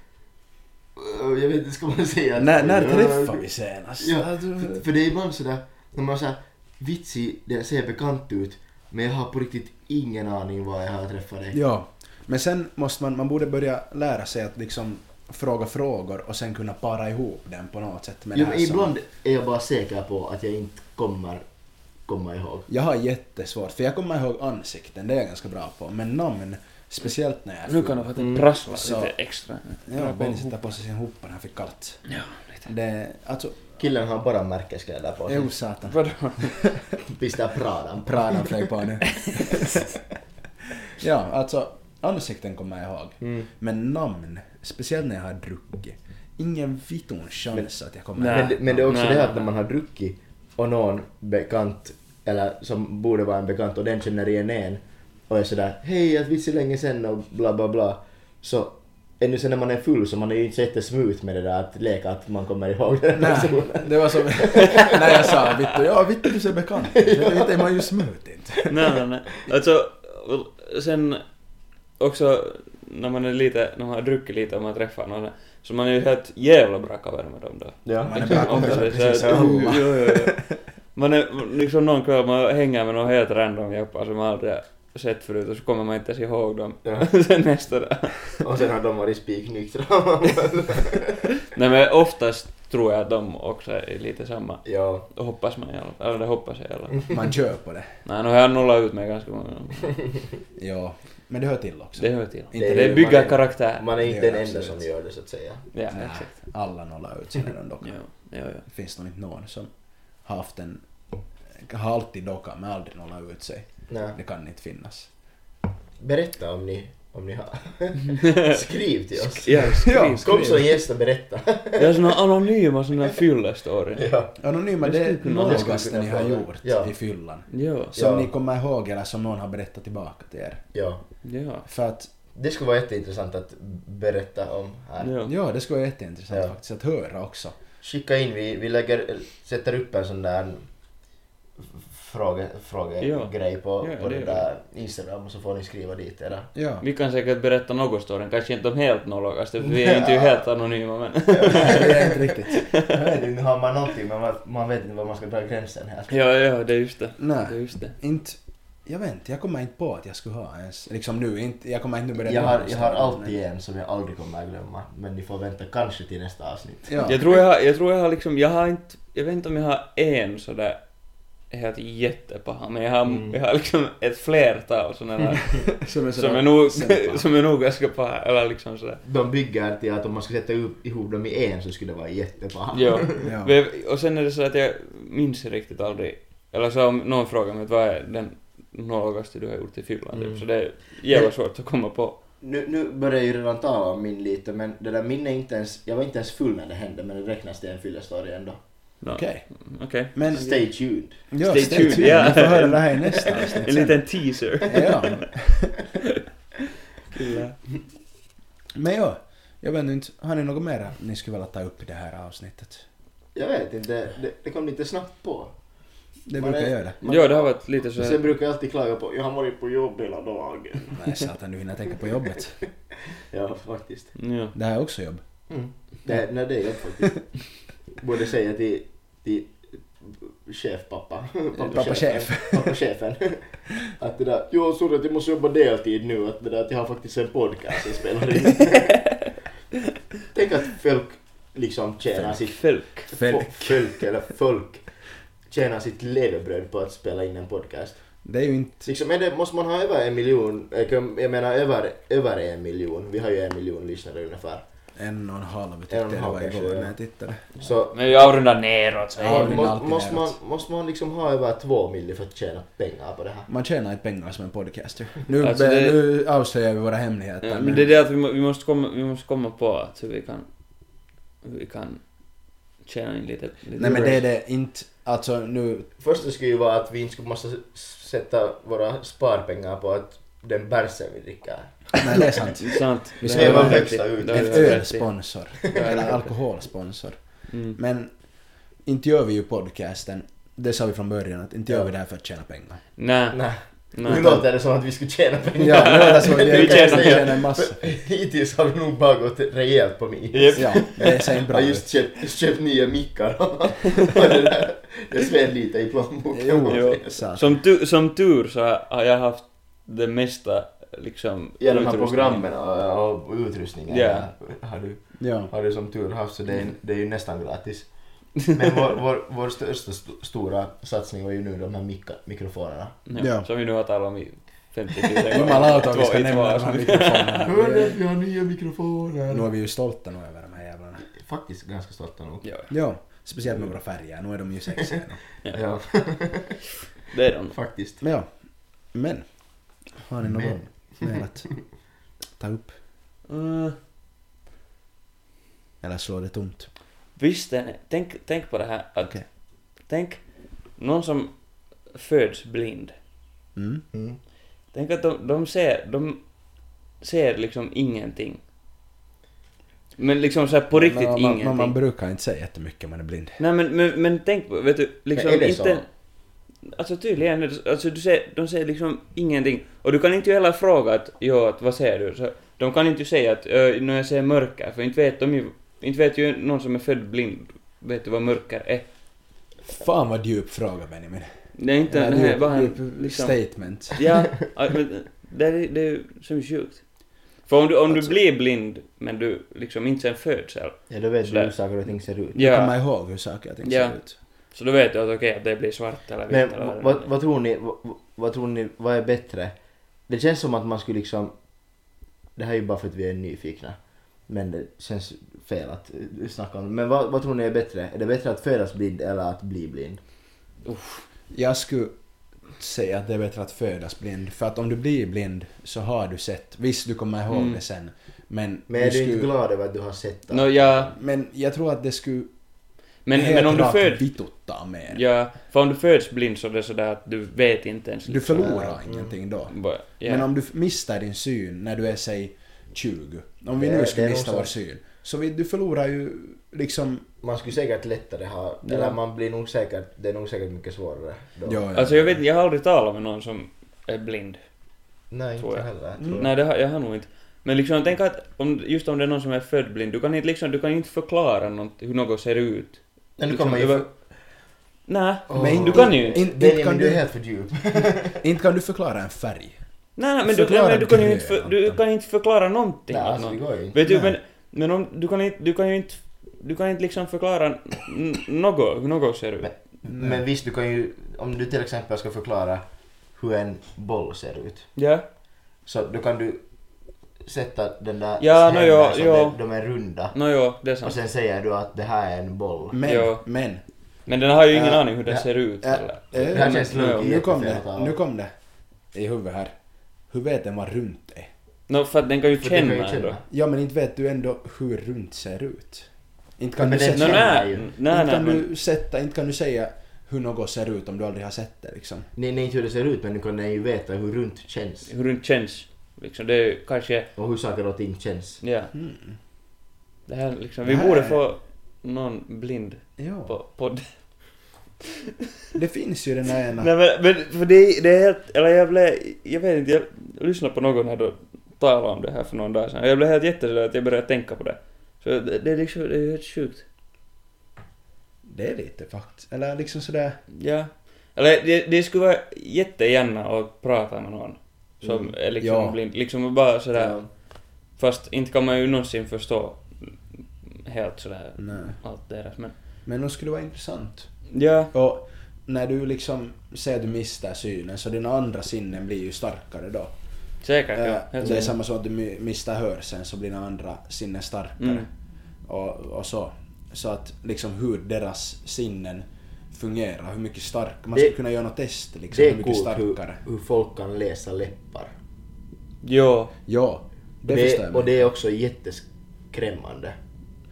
S2: Ö, jag vet inte ska man säga att.
S1: När, när träffade vi senast?
S2: Ja,
S1: Alltså,
S2: för, för det är ibland sådär, när man säger vitsi det ser bekant ut men jag har på riktigt ingen aning var jag har träffat dig.
S1: Ja, men sen måste man, man borde börja lära sig att liksom fråga frågor och sen kunna para ihop den på något sätt med
S2: Jo,
S1: det
S2: men
S1: här som-
S2: ibland är jag bara säker på att jag inte kommer komma ihåg.
S1: Jag har jättesvårt, för jag kommer ihåg ansikten, det är jag ganska bra på, men namn, speciellt när jag är
S3: Nu kan du få mm. prassla
S1: Så-
S3: lite extra.
S1: Ja, Benny sitter på sig sin hoppa när han fick kallt.
S3: Ja, lite.
S1: Det, alltså,
S2: Killen har bara märkeskläder på sig.
S1: jo satan.
S3: Vadå?
S2: Visst är Prada.
S1: Pradan flög på nu. ja, alltså ansikten kommer jag ihåg.
S3: Mm.
S1: Men namn, speciellt när jag har druckit. Ingen vitton chans att jag kommer
S3: Nej.
S1: ihåg.
S2: Men, det- men det är också
S3: Nej,
S2: det
S3: nej,
S2: att när man har druckit och någon bekant, eller som borde vara en bekant och den känner igen en och är sådär hej att vi ser länge sen och bla bla bla. Så ännu sen när man är full så man är ju inte så jättesmut med det där att leka att man kommer ihåg den här
S1: Nej,
S2: personen.
S1: det var som när jag sa Vittu, ja Vittu du ser bekant ut. Det är man ju smut inte.
S3: nej, nej, nej. Alltså, sen också när man är lite, när man har druckit lite och man träffar någon, så man är ju helt jävla bra cover med dem då.
S2: Ja.
S1: Man är bra kompisar precis
S3: så här,
S1: som
S3: jo, jo, jo. Man är liksom någon kväll, man hänger med någon helt random joppa som man aldrig har sett förut och så kommer man inte ens ihåg dem.
S2: Ja.
S3: sen nästa dag.
S2: Och sen har de varit spiknyktra.
S3: Nej men oftast tror jag att de också är lite samma.
S2: ja.
S3: Då hoppas man i alla fall. Eller det hoppas jag i alla fall.
S1: Man kör på det.
S3: Nej, nu har jag nollat ut mig ganska många
S1: Ja, men det hör till också.
S3: Det hör till.
S1: Inte-
S3: Det
S2: man
S3: bygger
S2: är-
S3: karaktär.
S2: Man är
S1: Det
S2: inte
S1: gör
S2: den enda
S1: absolut.
S2: som gör det så att säga.
S3: Ja,
S1: Nej,
S3: exakt.
S1: alla nollar ut sina dock.
S3: Jo, jo, jo.
S1: Det finns nog inte någon som har haft en, har alltid docka men aldrig nollat ut sig.
S2: Nej.
S1: Det kan inte finnas.
S2: Berätta om ni, om ni har. Skriv till oss.
S3: Ja,
S1: Ja.
S3: skriv.
S2: Kom som gäst och berätta.
S3: Jag har såna anonyma såna fyllestorier.
S2: ja.
S1: Anonyma, det
S3: Det
S1: är
S3: skulle kunna-
S2: det skulle
S1: nolligaste
S2: kunna
S1: ni har
S2: vara-
S1: gjort
S2: ja.
S1: i fyllan.
S3: Jo,
S1: Som
S2: Ja.
S1: ni kommer ihåg eller som någon har berättat tillbaka till er.
S2: ja.
S3: jo,
S1: För att,
S2: Det skulle vara jätteintressant att berätta om här.
S3: jo.
S1: ja det skulle vara jätteintressant
S2: Ja.
S1: faktiskt att höra också.
S2: Skicka in, vi, vi lägger, sätter upp en sån där f- fråge,
S3: Ja.
S2: frågegrej på,
S3: Ja, ja,
S2: på
S3: det
S2: det
S3: gör
S2: där Instagram och så får ni skriva dit era.
S1: Ja.
S3: Vi kan säkert berätta något storyn, kanske inte om helt nollagaste, för vi är inte ju helt anonyma men...
S1: det är inte riktigt.
S2: Jag vet inte, nu har man någonting men man, man vet inte var man ska dra gränsen här.
S3: Ja, ja, det är just det.
S1: Nej.
S3: Det är just det.
S1: Inte, jag vet inte, jag kommer inte på att jag skulle ha ens, liksom nu, inte, jag kommer inte nu börja...
S2: Jag har, jag har alltid en som jag aldrig kommer att glömma men ni får vänta kanske till nästa avsnitt.
S1: Ja.
S3: Jag tror jag har, jag tror jag har liksom, jag har inte, jag vet inte om jag har en sådär helt jättepaha, men jag har,
S2: Mm.
S3: jag har liksom ett flertal sådana där
S1: som är,
S3: som är nog,
S1: sämpa.
S3: som är nog ganska paha, eller liksom sådär.
S2: De bygger till att om man ska sätta upp, ihop dem i en så skulle det vara jättepaha.
S3: Jo.
S1: Ja.
S3: Vi- Och sen är det så att jag minns riktigt aldrig, eller så om någon frågar mig att vad är den nollagaste du har gjort i Finland,
S2: Mm.
S3: så det är jävla svårt att komma på.
S2: Nu, nu börjar jag ju redan tala om min lite, men det där minnet är inte ens... Jag var inte ens full när det hände, men det räknas till en fyllestory ändå.
S3: No.
S1: Okej.
S3: Okej.
S1: Men,
S2: Stay tuned.
S1: ja,
S3: Stay tuned, ja.
S1: Vi typ. får höra det här i nästa avsnitt sen.
S3: En liten teaser.
S1: Ja.
S3: Kyllä.
S1: Men ja, jag vet inte, har ni något mer ni skulle vilja ta upp i det här avsnittet?
S2: Jag vet inte, det, det kom lite snabbt på.
S1: Det
S2: Man
S1: brukar
S2: är-
S1: jag göra.
S2: man-
S3: Joo, det har varit lite så
S2: Sen brukar jag alltid klaga på, jag har varit på jobb hela dagen.
S1: Nej satan, du hinner tänka på jobbet.
S2: Ja, faktiskt.
S3: Joo.
S1: Det här är också jobb.
S2: Det, nej, det är jag faktiskt. Borde säga till, till chefpappa.
S1: Pappa chef.
S2: Pappachefen. Att det där, jo sorry att jag måste jobba deltid nu, att det där att jag har faktiskt en podcast som spelar in. Tänk att folk liksom tjänar sitt
S3: Fölk.
S1: Folk.
S2: Folk. folk eller folk tjänar sitt levebröd på att spela in en podcast.
S1: Det är ju inte...
S2: Liksom är det, måste man ha över en miljon, eh, jag menar över, över en miljon, vi har ju en miljon lyssnare ungefär.
S1: En och en halv tyckte
S2: En och
S1: jag
S2: en
S1: det
S2: halv
S1: var
S2: kanske,
S1: igår
S2: ja.
S1: när jag tittade.
S2: Så
S3: Men jag avrundar neråt. Så
S1: Ja,
S3: ja,
S1: det
S2: må,
S1: blir alltid
S2: måste, man,
S1: neråt.
S2: måste man liksom ha över två miljoner för att tjäna pengar på det här?
S1: Man tjänar inte pengar som en podcaster. Nu,
S3: Alltså,
S1: be-
S3: det-
S1: nu avslöjar vi våra hemligheter.
S3: men det är det att vi, må, vi, måste komma, vi måste komma på att hur vi kan, hur vi kan tjäna in lite. lite
S1: Nej men det är det inte... Alltså nu...
S2: Första skulle ju vara att vi inte skulle måste s- sätta våra sparpengar på att den bärsen vi dricker.
S1: Nej det är sant.
S3: Sant.
S1: Vi
S3: Det
S1: ska vara
S3: är
S2: högsta
S3: riktigt.
S2: ut.
S3: Det
S2: Ja,
S3: är
S1: En
S2: ja,
S3: rätt i.
S1: ölsponsor. Eller alkoholsponsor.
S3: Mm.
S1: Men inte gör vi ju podcasten. Det sa vi från början att inte gör vi det här för att tjäna pengar.
S3: Nej.
S1: Mm.
S2: Nej. Nu
S3: Nej.
S2: låter det som att vi skulle tjäna pengar.
S1: Ja, nu låter det som att vi
S2: Det kan jag
S1: tjänar,
S2: säga.
S1: tjänar en massa.
S2: Hittills har vi nog bara gått rejält på minus.
S3: Japp.
S1: Ja, det ser inte
S2: Jag har
S1: bra
S2: just
S1: ut.
S2: köpt, just köpt nya mickar. Och det där- det sved lite i plånboken.
S1: Jo,
S3: Jo.
S1: satan.
S3: Som, tu, som tur så har jag haft det mesta liksom
S2: Ja, de här
S3: utrustningen.
S2: programmen och, och utrustningen
S3: Ja.
S2: har, du,
S1: Ja.
S2: har du som tur haft så det är, det är ju nästan gratis. Men vår, vår, vår största st- stora satsning var ju nu de här mikka, mikrofonerna.
S1: Ja.
S3: Ja. Som vi nu har talat om i 50 000 gånger.
S1: Jumalauta om vi
S3: Två-
S1: ska
S3: i två
S1: nämna de här
S3: avsnitt.
S1: mikrofonerna. Vi är-
S2: vi har nya
S1: Nu
S2: mikrofoner!
S1: är vi ju stolta nog över de här jävlarna.
S2: Faktiskt ganska stolta nog.
S3: Ja,
S1: Ja, speciellt med våra färger. Nu är de ju sexiga. nu.
S3: Ja.
S2: Ja,
S3: det är de.
S2: faktiskt.
S1: Men ja, men. Har ni någon
S2: Men.
S1: mer att ta upp? Uh.
S3: Mm.
S1: Eller slår det tomt?
S3: Visst är det. Tänk, tänk på det här att...
S1: Okej.
S3: Tänk någon som föds blind.
S1: Mm.
S2: Mm.
S3: Tänk att de, de ser... De ser liksom ingenting. Men liksom så här på riktigt
S1: man,
S3: ingenting.
S1: Man, man brukar inte säga jättemycket om man är blind.
S3: Nej men, men, men tänk på, vet du, liksom
S2: Men är det så?
S3: inte... Alltså tydligen, är det- alltså du ser, de ser liksom ingenting. Och du kan inte ju heller fråga att, jo, att vad ser du? Så, de kan inte ju säga att, ö, när jag ser mörker, för inte vet de ju, inte vet ju någon som är född blind, vet du vad mörker är?
S1: Fan vad djup fråga Benjamin.
S3: Det är inte,
S1: Eller
S3: det är
S1: djup-
S3: bara en,
S1: djup
S3: liksom,
S1: statement.
S3: Ja, ja, men det är, det är ju så sjukt. För om du, om du
S1: Alltså-
S3: blir blind, men du liksom inte sen föds eller,
S2: Ja, då vet
S3: Sådär.
S2: du hur saker och ting ser ut.
S1: Ja. Komma
S3: ja,
S1: ihåg hur saker och ting
S3: Ja.
S1: ser ut.
S3: så då vet du att okej, att det blir svart eller vitt
S2: Men
S3: eller
S2: vad, vad- vad tror ni, vad, vad tror ni, vad är bättre? Det känns som att man skulle liksom, det här är ju bara för att vi är nyfikna, men det känns fel att eh, snacka om det. Men vad, vad tror ni är bättre? Är det bättre att födas blind eller att bli blind?
S1: Jag skulle säga att det är bättre att födas blind. För att om du blir blind så har du sett. Visst, du kommer ihåg
S3: Mm.
S1: det sen. Men,
S2: Men är du
S1: skulle-
S2: inte glad över att du har sett det?
S3: Nå, ja,
S1: men jag tror att det skulle
S3: Men,
S1: helt
S3: men om du
S1: rakt
S3: föds...
S1: vitutta med en.
S3: Ja, för om du föds blind så är det sådär att du vet inte ens.
S1: Du
S3: liksom.
S1: förlorar
S2: Mm.
S1: ingenting då.
S3: Bara, ja.
S1: Men om du f- missar din syn när du är säg 20. Om vi
S2: Det-
S1: nu skulle
S2: det är
S1: mista
S2: nog
S1: vår
S2: så.
S1: syn. Så vi, du förlorar ju liksom...
S2: Man skulle säkert lättare ha,
S1: Ja.
S2: eller man blir nog säkert, det är nog säkert mycket svårare då.
S1: Ja, ja.
S3: Alltså jag vet jag har aldrig talat med någon som är blind.
S2: Nej,
S3: Tror
S2: inte
S3: jag.
S2: heller.
S1: Mm.
S2: Tror
S3: Nej, det har, jag har nog inte. Men liksom tänk att om, just om det är någon som är född blind, du kan inte liksom, du kan inte förklara något, hur något ser ut.
S2: Men nu
S3: Liksom,
S2: kommer ju...
S3: över- Nej,
S2: Åh.
S1: Men
S3: du kan ju inte.
S1: In- inte,
S2: Benjamin,
S1: kan
S2: du är
S1: du,
S2: helt för djup.
S1: inte kan du förklara en färg.
S3: nej, nej men du, nej,
S1: Förklara
S3: men du kan ju
S1: grejer,
S3: inte, för,
S1: Anton.
S3: du kan inte förklara någonting.
S2: Nej,
S3: åt
S2: alltså det
S3: någon.
S2: går ju inte.
S3: Vet du,
S1: Nej.
S3: men, men om, du kan inte, du kan ju inte, du kan inte liksom förklara n- något, hur något ser ut.
S2: Men- Men visst, du kan ju, om du till exempel ska förklara hur en boll ser ut,
S3: Ja,
S2: så då kan du sätta den där
S3: Ja, no, jo,
S2: som
S3: jo.
S2: De, de är runda
S3: nå jo, det är
S2: och
S3: sant.
S2: sen
S3: Mm.
S2: säger du att det här är en boll.
S1: Men,
S3: Ja.
S1: men.
S3: Men den har ju ingen
S2: Äh,
S3: aning hur den
S2: ja,
S3: ser ut
S1: ja,
S3: heller.
S1: äh,
S2: Det här känns
S3: Men-
S2: lugnt.
S1: Nu kom
S2: Jättefel
S1: det,
S2: tal.
S1: nu kom det. I huvudet här. Hur vet den vad runt är?
S3: No, för att den kan ju
S2: För du kan
S3: känna
S2: ju
S3: ändå.
S2: känna.
S1: Ja men inte vet du ändå hur runt ser ut. Inte kan
S2: Men
S1: du
S2: det-
S1: sätta...
S3: No,
S2: känner
S3: nej,
S2: ju.
S3: nej,
S1: inte
S3: nej,
S1: kan
S3: men,
S1: du sätta, inte kan du säga hur något ser ut om du aldrig har sett det liksom.
S2: Nej, nej, inte hur det ser ut, men du kan ju veta hur runt känns
S3: hur den känns. Liksom, det är ju kanske,
S2: och hur saker och ting känns.
S3: ja.
S1: Mm.
S3: Det här liksom,
S1: Det
S3: vi
S1: här
S3: borde
S1: är-
S3: få någon blind
S1: Ja.
S3: på podd.
S1: Det finns ju den där ena...
S3: Nej men, men för det, är- det är helt, eller jag blev, jag vet inte, jag lyssnade på någon här då, tala om det här för någon dag sedan. Jag blev helt jättesådär att jag började tänka på det. Så det, det är liksom, det är ju helt sjukt.
S1: Det är lite faktiskt. Eller liksom sådär...
S3: Ja. Eller det, det skulle vara jättegärna att prata med någon som
S2: Mm.
S3: är liksom
S1: Ja.
S3: blind. Liksom bara sådär.
S2: Ja.
S3: Fast inte kan man ju någonsin förstå helt sådär
S1: Nej.
S3: allt deras men...
S1: Men nog skulle det vara intressant.
S3: Ja.
S1: Och när du liksom ser att du mister synen så dina andra sinnen blir ju starkare då.
S3: Säkert ja.
S1: Eh,
S3: Helt
S1: Det är
S3: säkert.
S1: samma som att du mi- mister hörseln så blir dina andra sinnen starkare.
S3: Mm.
S1: Och, och så. Så att liksom hur deras sinnen fungerar, hur mycket stark Man
S2: Det-
S1: skulle kunna göra något test liksom,
S2: Det
S1: hur
S2: är
S1: mycket
S2: coolt
S1: starkare.
S2: hur, hur folk kan läsa läppar.
S3: Jo.
S1: Ja, det, förstår jag.
S2: och det är också jätteskrämmande.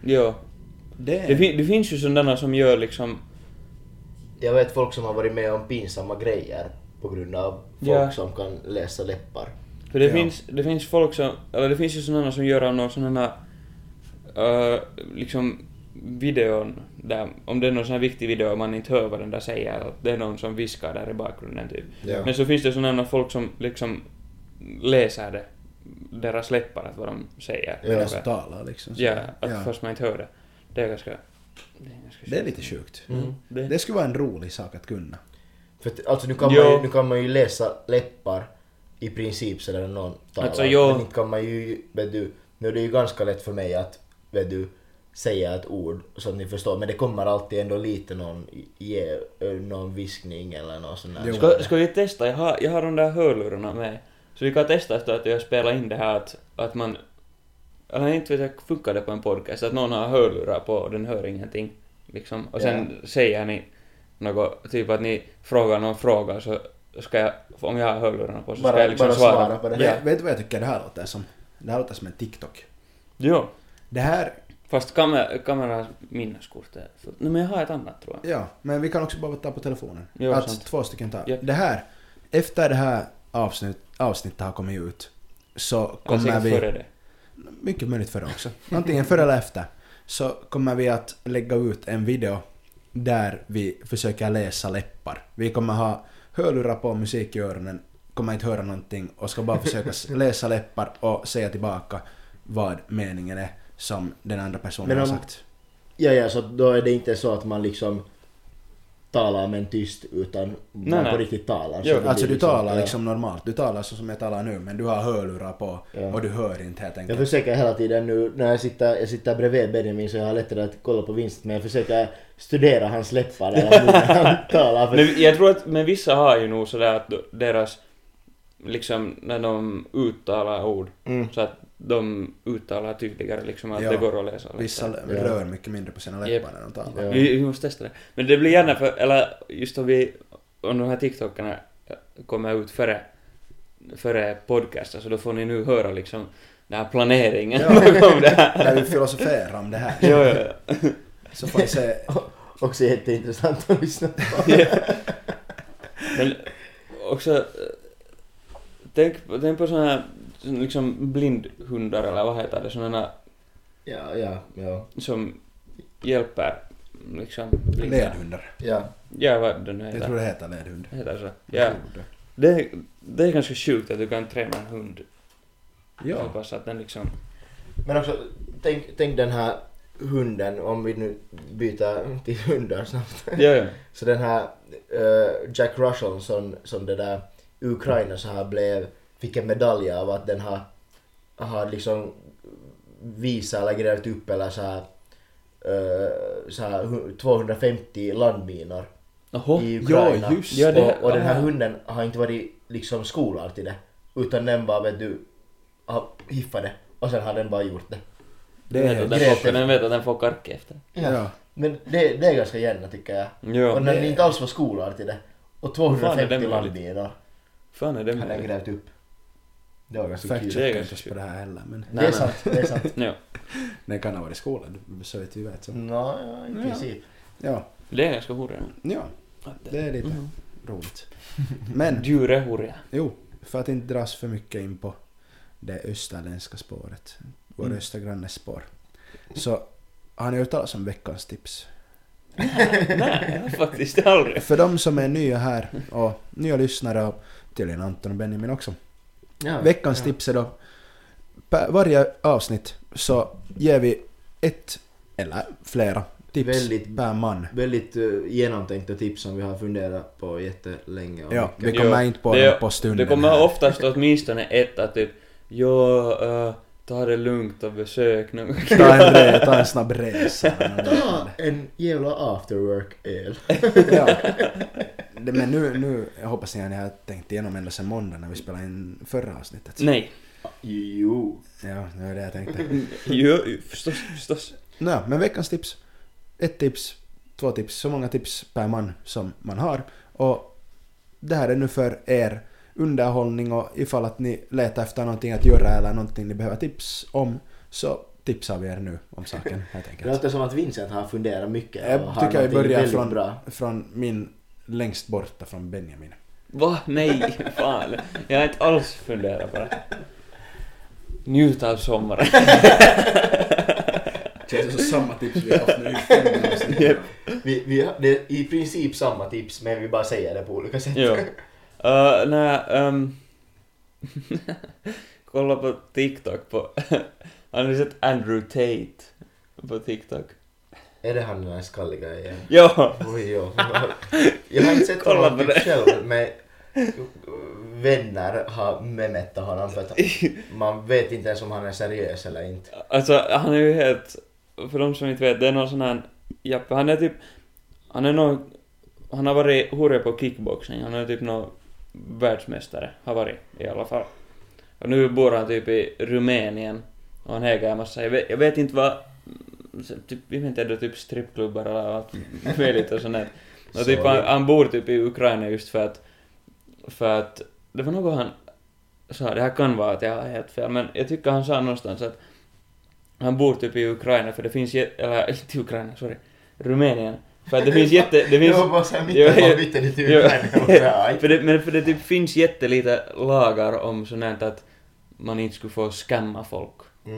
S3: Jo.
S1: Eh. det,
S3: Det, fin- det finns ju sådana som gör liksom...
S2: Jag vet folk som har varit med om pinsamma grejer på grund av folk
S3: Ja.
S2: som kan läsa läppar.
S3: För det,
S1: Ja.
S3: finns, det finns folk som... Eller det finns ju sådana som gör av någon sån här... eh, liksom videon där, om det är någon sån här viktig video och man inte hör vad den där säger, att det är någon som viskar där i bakgrunden typ.
S1: Ja.
S3: Men så finns det sådana folk som liksom läser det, deras läppar, att vad de säger.
S1: Men alltså talar liksom. så.
S3: ja, att
S1: Ja.
S3: fast man inte hör det. Det är ganska... Det är, ganska
S1: Det är lite sjukt.
S3: det,
S1: Mm. Det skulle vara en rolig sak att kunna.
S2: För att, alltså nu kan, man
S3: Jo.
S2: ju, nu kan man ju läsa läppar i princip sådär när någon talar.
S3: Alltså, jo.
S2: Men inte kan man ju, vet du, nu är det ju ganska lätt för mig att, vet du, säga ett ord så att ni förstår. Men det kommer alltid ändå lite någon, ge, ö, någon viskning eller någon sån där.
S1: Jo.
S3: Ska, ska vi testa? Jag har, jag har de där hörlurarna med. Så vi kan testa efter att jag spelar in det här att, att man... Eller inte vet jag, funkar det på en podcast? Att någon har hörlurar på och den hör ingenting. Liksom. Och sen säger ni något, typ att ni frågar någon fråga så ska jag, om jag har hörlurarna på så ska
S2: Bara-
S3: jag liksom
S2: bara
S3: svara.
S2: svara på det.
S3: Ja.
S1: Vet, vet du vad jag tycker det här låter som? Det här låter som en TikTok.
S3: Jo.
S1: Det här,
S3: Fast kamer, kamerans minneskort är fullt. Nej men jag har ett annat tror jag.
S1: ja, men vi kan också bara ta på telefonen.
S3: Jo,
S1: att
S3: sant.
S1: två stycken tar.
S3: Japp.
S1: Det här, efter det här avsnitt, avsnittet har kommit ut så
S3: Eller
S1: kommer
S3: säkert före
S1: vi,
S3: det.
S1: mycket möjligt före också, antingen före eller efter, så kommer vi att lägga ut en video där vi försöker läsa läppar. Vi kommer ha hörlurar på, musik i öronen, kommer inte höra någonting och ska bara försöka s- läsa läppar och säga tillbaka vad meningen är som den andra personen
S2: Men
S1: har
S2: om-
S1: sagt.
S2: Ja, ja, så då är det inte så att man liksom talar men tyst utan man
S3: nej.
S2: på riktigt talar.
S3: Jo,
S2: det blir
S1: Alltså du talar
S2: ja.
S1: liksom normalt, du talar så som jag talar nu men du har hörlurar på
S2: Ja.
S1: och du hör inte helt
S2: Jag
S1: enkelt.
S2: försöker hela tiden nu, när jag sitter, jag sitter bredvid Benjamin så jag har lättare att kolla på Vincent men jag försöker studera hans läppar eller hur han talar. För...
S3: Men jag tror att men vissa har ju nog sådär att deras, liksom när de uttalar ord,
S2: Mm.
S3: så att de uttalar tydligare liksom att
S1: Ja.
S3: det går att läsa. lättare.
S1: Vissa
S2: Ja.
S1: rör mycket mindre på sina läppar
S3: Jep.
S1: när de talar.
S2: Ja.
S3: Vi, vi måste testa det. Men det blir gärna för, eller just om vi, om de här TikTokarna kommer ut före, före podcasten så då får ni nu höra liksom den här planeringen.
S1: Ja.
S3: om det här.
S1: När vi filosoferar om det här
S3: Jo, jo, jo.
S1: så får vi se.
S2: Också jätteintressant att lyssna på.
S3: Men också, eh, tänk, tänk på såna här liksom blindhundar eller vad heter det, såna här
S2: Ja, ja, ja.
S3: som hjälper liksom blinda.
S1: Ledhundar.
S2: ja.
S3: Ja, vad det nu
S1: Jag tror
S3: heter.
S1: det heter ledhund.
S3: heter så.
S1: Jag
S3: Ja.
S1: tror det.
S3: Det, är- det är ganska sjukt att du kan träna en hund så
S1: Ja.
S3: pass att den liksom...
S2: Men också, tänk, tänk den här hunden, om vi nu byter till hundar snabbt.
S3: Ja, ja.
S2: Så den här eh, Jack Russell som, som det där Ukraina så här blev, fick en medalj av att den har, har liksom visat eller grävt upp eller så här, eh, så här hu- 250 landminor
S3: Jaha.
S2: i
S1: Ja,
S2: Ukraina.
S1: just
S3: Ja, det.
S1: det.
S2: och, och den här
S3: aha.
S2: hunden har inte varit liksom skolad till det utan den bara vet du, har hiffat det och sen har den bara gjort det.
S1: Det är
S3: vet att
S1: helt...
S3: den,
S2: Grete.
S3: får, den vet att den får karke efter.
S1: Ja.
S2: Men det, det är ganska gärna tycker jag.
S3: Ja.
S2: och när den inte alls var skolad till det och
S3: Fan, det
S2: 250
S3: är
S2: landminor
S3: Fan är det
S2: hade den
S3: möjligt?
S2: grävt upp. Det var ganska
S1: Fact
S2: kul.
S3: check.
S1: checkar
S3: ganska
S1: inte oss på det här heller men...
S2: Det är
S3: Nej, nej.
S2: sant, det är sant.
S3: Ja.
S1: Den kan ha varit i skolan, så vet vi vet så.
S2: Nå, ja, i
S1: Ja.
S2: princip.
S1: Ja.
S3: Det är ganska hurra.
S1: Ja,
S3: Att
S1: det är lite
S3: Mhm.
S1: roligt. Men,
S3: Djur är hurra.
S1: jo, för att inte dras för mycket in på det österländska spåret, vår
S2: Mm.
S1: östra grannes spår, så har ni hört talas om veckans tips?
S3: Nej, jag har faktiskt aldrig.
S1: För de som är nya här och nya lyssnare och tydligen Anton och Benjamin också.
S2: Ja,
S1: Veckans
S2: ja.
S1: tips är då, per varje avsnitt så ger vi ett eller flera Tips
S2: Väldigt-
S1: per man.
S2: Väldigt eh, genomtänkta tips som vi har funderat på jättelänge. och
S1: Ja,
S2: mycket.
S1: vi kommer
S3: Jo,
S1: inte på
S3: det-
S1: dem på stunden.
S3: Det kommer
S1: här.
S3: oftast åtminstone ett att typ Jo, eh, ta det lugnt och besök någon.
S1: Ta en, re, ta en snabb resa.
S2: Ta en jävla afterwork-öl.
S1: ja. Det- Men nu, nu jag hoppas ni har tänkt igenom ända sen måndag när vi spelade in förra avsnittet.
S3: Nej.
S2: Jo.
S1: Ja, det var det jag tänkte.
S3: Jo, förstås, förstås.
S1: Nå, men veckans tips. Ett tips, två tips, så många tips per man som man har. Och det här är nu för er underhållning och ifall att ni letar efter någonting att göra eller någonting ni behöver tips om så tipsar vi er nu om saken helt
S2: Det
S1: enkelt.
S2: låter som att Vincent har funderat mycket och
S1: Jag
S2: har
S1: tycker jag
S2: någonting
S1: börjar
S2: väldigt
S1: från,
S2: bra.
S1: från min längst borta från Benjamin.
S3: Va? Nej, fan. Jag har inte alls funderat på det. Njut av sommaren.
S1: Känns som samma tips vi har haft nu
S2: Japp. Vi, vi har, det är i princip samma tips men vi bara säger det på olika sätt.
S3: Jo. Uh, nä, ehm, kolla på TikTok på... Har ni sett Andrew Tate på TikTok?
S2: Är det han den här skalliga igen?
S3: Jo!
S2: Oj, jo. Jag har inte sett
S3: Kolla
S2: honom
S3: på
S2: typ
S3: det.
S2: själv men vänner har memettat honom för att man vet inte ens om han är seriös eller inte.
S3: Alltså, han är ju helt... För de som inte vet, det är någon sån här... Jappe, han är typ... Han är någon... Han har varit hore på kickboxing, han är typ någon världsmästare, har varit i alla fall. Och nu bor han typ i Rumänien och han äger en massa, jag vet, jag vet inte vad... så Typ, jag vet inte, är det typ strippklubbar eller allt möjligt och sånt där. Och typ, han, han bor typ i Ukraina just för att... För att... Det var något han sa, det här kan vara att jag har helt fel, men jag tycker han sa någonstans att han bor typ i Ukraina för det finns jä- eller inte Ukraina, sorry, Rumänien. För att det finns jätte, det finns...
S2: Jag var bara såhär
S3: Jo,
S2: mitt i
S3: jo.
S2: man bytte lite
S3: Jo.
S2: ut
S3: för det, men för det typ finns jättelite lagar om sånt här att man inte skulle få skamma folk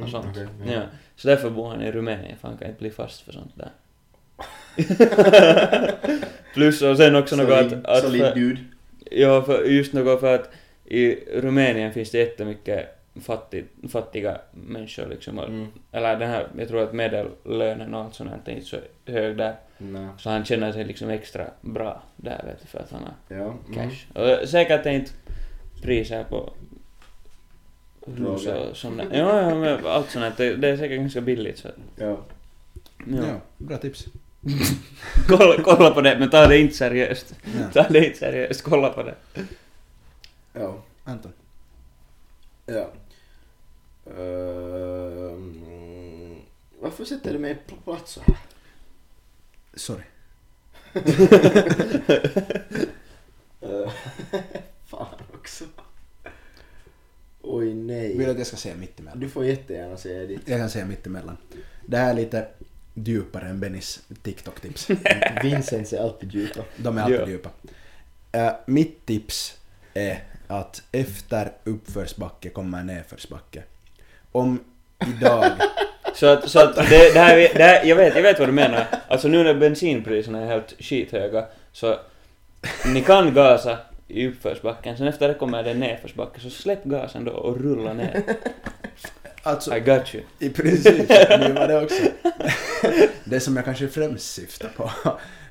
S3: och sånt. ja. Så därför bor han i Rumänien, för han kan inte bli fast för sånt där. Plus och sen också något att... att
S2: Solid
S3: för,
S2: dude.
S3: ja, för just något för att i Rumänien finns det jättemycket fattig, fattiga människor liksom. och-
S2: Mm.
S3: Eller den här, jag tror att medellönen och allt sånt här är inte så hög där.
S2: Nej.
S3: Så han känner sig liksom extra bra där vet du, för att han har
S2: Ja. Mm.
S3: cash. Och säkert är inte priser på hus
S2: Droger.
S3: och sånt där. Ja, ja, men allt sånt här. Det, det är säkert ganska billigt så att,
S2: Ja.
S3: ja.
S1: Ja, bra tips.
S3: kolla, kolla på det, men ta det inte seriöst.
S1: Ja.
S3: Ta det inte seriöst, kolla på det.
S2: Ja.
S1: Anton.
S2: Ja. Ehm, varför sätter du mig på plats så här?
S1: Sorry.
S2: Ehm, Fan också. Oj
S1: Vill du
S2: nej.
S1: att jag ska säga mittemellan?
S2: Du får jättegärna säga ditt.
S1: Jag kan säga mittemellan. Det här är lite djupare än Bennys TikTok-tips.
S2: Vincent är alltid djupa.
S1: De är alltid
S3: Ja.
S1: djupa. Eh, mitt tips är att efter uppförsbacke kommer nedförsbacke. Om idag...
S3: Så att, så att det, det, här, det här, jag, vet, jag vet vad du menar. Alltså nu när bensinpriserna är helt skithöga så ni kan gasa i uppförsbacken, sen efter det kommer det nedförsbacke så släpp gasen då och rulla ner.
S1: alltså,
S3: I got you.
S1: i princip nu var det också. det som jag kanske främst syftar på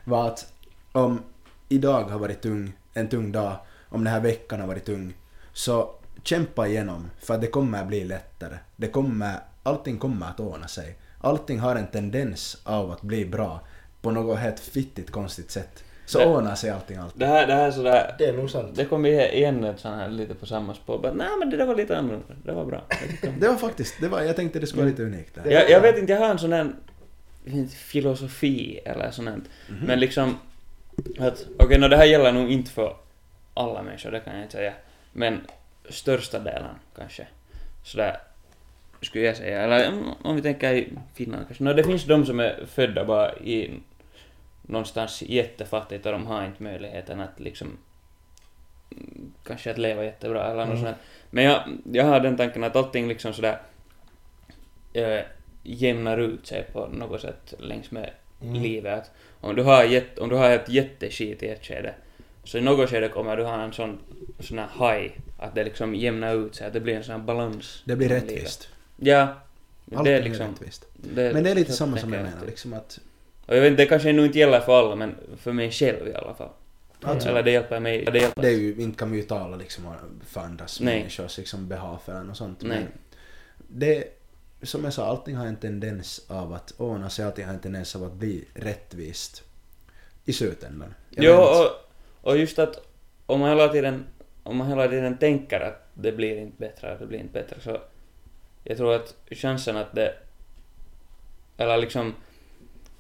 S1: var att om idag har varit tung, en tung dag, om den här veckan har varit tung, så kämpa igenom för det kommer bli lättare. Det kommer, allting kommer att ordna sig. Allting har en tendens av att bli bra på något helt fittigt konstigt sätt. Så
S3: Det-
S1: ordnar sig allting alltid.
S3: Det här, det här är sådär,
S2: Det är nog sant.
S3: det kom igen ett sån här lite på samma spår, bara nej men det där var lite annorlunda, det var bra. Jag tyckte om det."
S1: Det var faktiskt, det var, jag tänkte det skulle vara lite
S3: Mm.
S1: unikt. Där.
S3: Jag, jag vet inte, jag har en sån här jag vet inte, filosofi eller sånt här. Men liksom att, okej, nå det här gäller nog inte för alla människor, det kan jag inte säga. Men största delen kanske. Sådär skulle jag säga. Eller mm, om vi tänker i Finland kanske. Nå det finns de som är födda bara i någonstans jättefattigt och de har inte möjligheten att liksom mm, kanske att leva jättebra eller något
S2: Mm.
S3: sånt. Men jag, jag har den tanken att allting liksom sådär eh, jämnar ut sig på något sätt längs med livet. Att om du har, jätt, om du har ett jätteskit i ett skede, så i något skede kommer du ha en sån, sån här high, att det liksom jämnar ut sig, att det blir en sån här balans.
S1: Det blir
S3: i livet.
S1: rättvist.
S3: Ja.
S1: Allting
S3: det
S1: är
S3: är liksom...
S1: rättvist.
S3: Det,
S1: Men det är lite
S3: så
S1: samma som jag
S3: tänker
S1: menar, liksom att
S3: Och jag vet inte, det kanske nu inte gäller för alla, men för mig själv i alla fall.
S1: Alltså-
S3: Eller det hjälper mig. Det hjälper.
S1: Det är ju, inte kan vi ju tala liksom om för andras
S3: Nej.
S1: människors liksom behag för en och sånt.
S3: Nej.
S1: Men det, som jag sa, allting har en tendens av att ordna sig, allting har en tendens av att bli rättvist. I slutändan. Jag
S3: Jo,
S1: vet inte.
S3: och, och just att om man hela tiden, om man hela tiden tänker att det blir inte bättre, det blir inte bättre, så jag tror att chansen att det, eller liksom,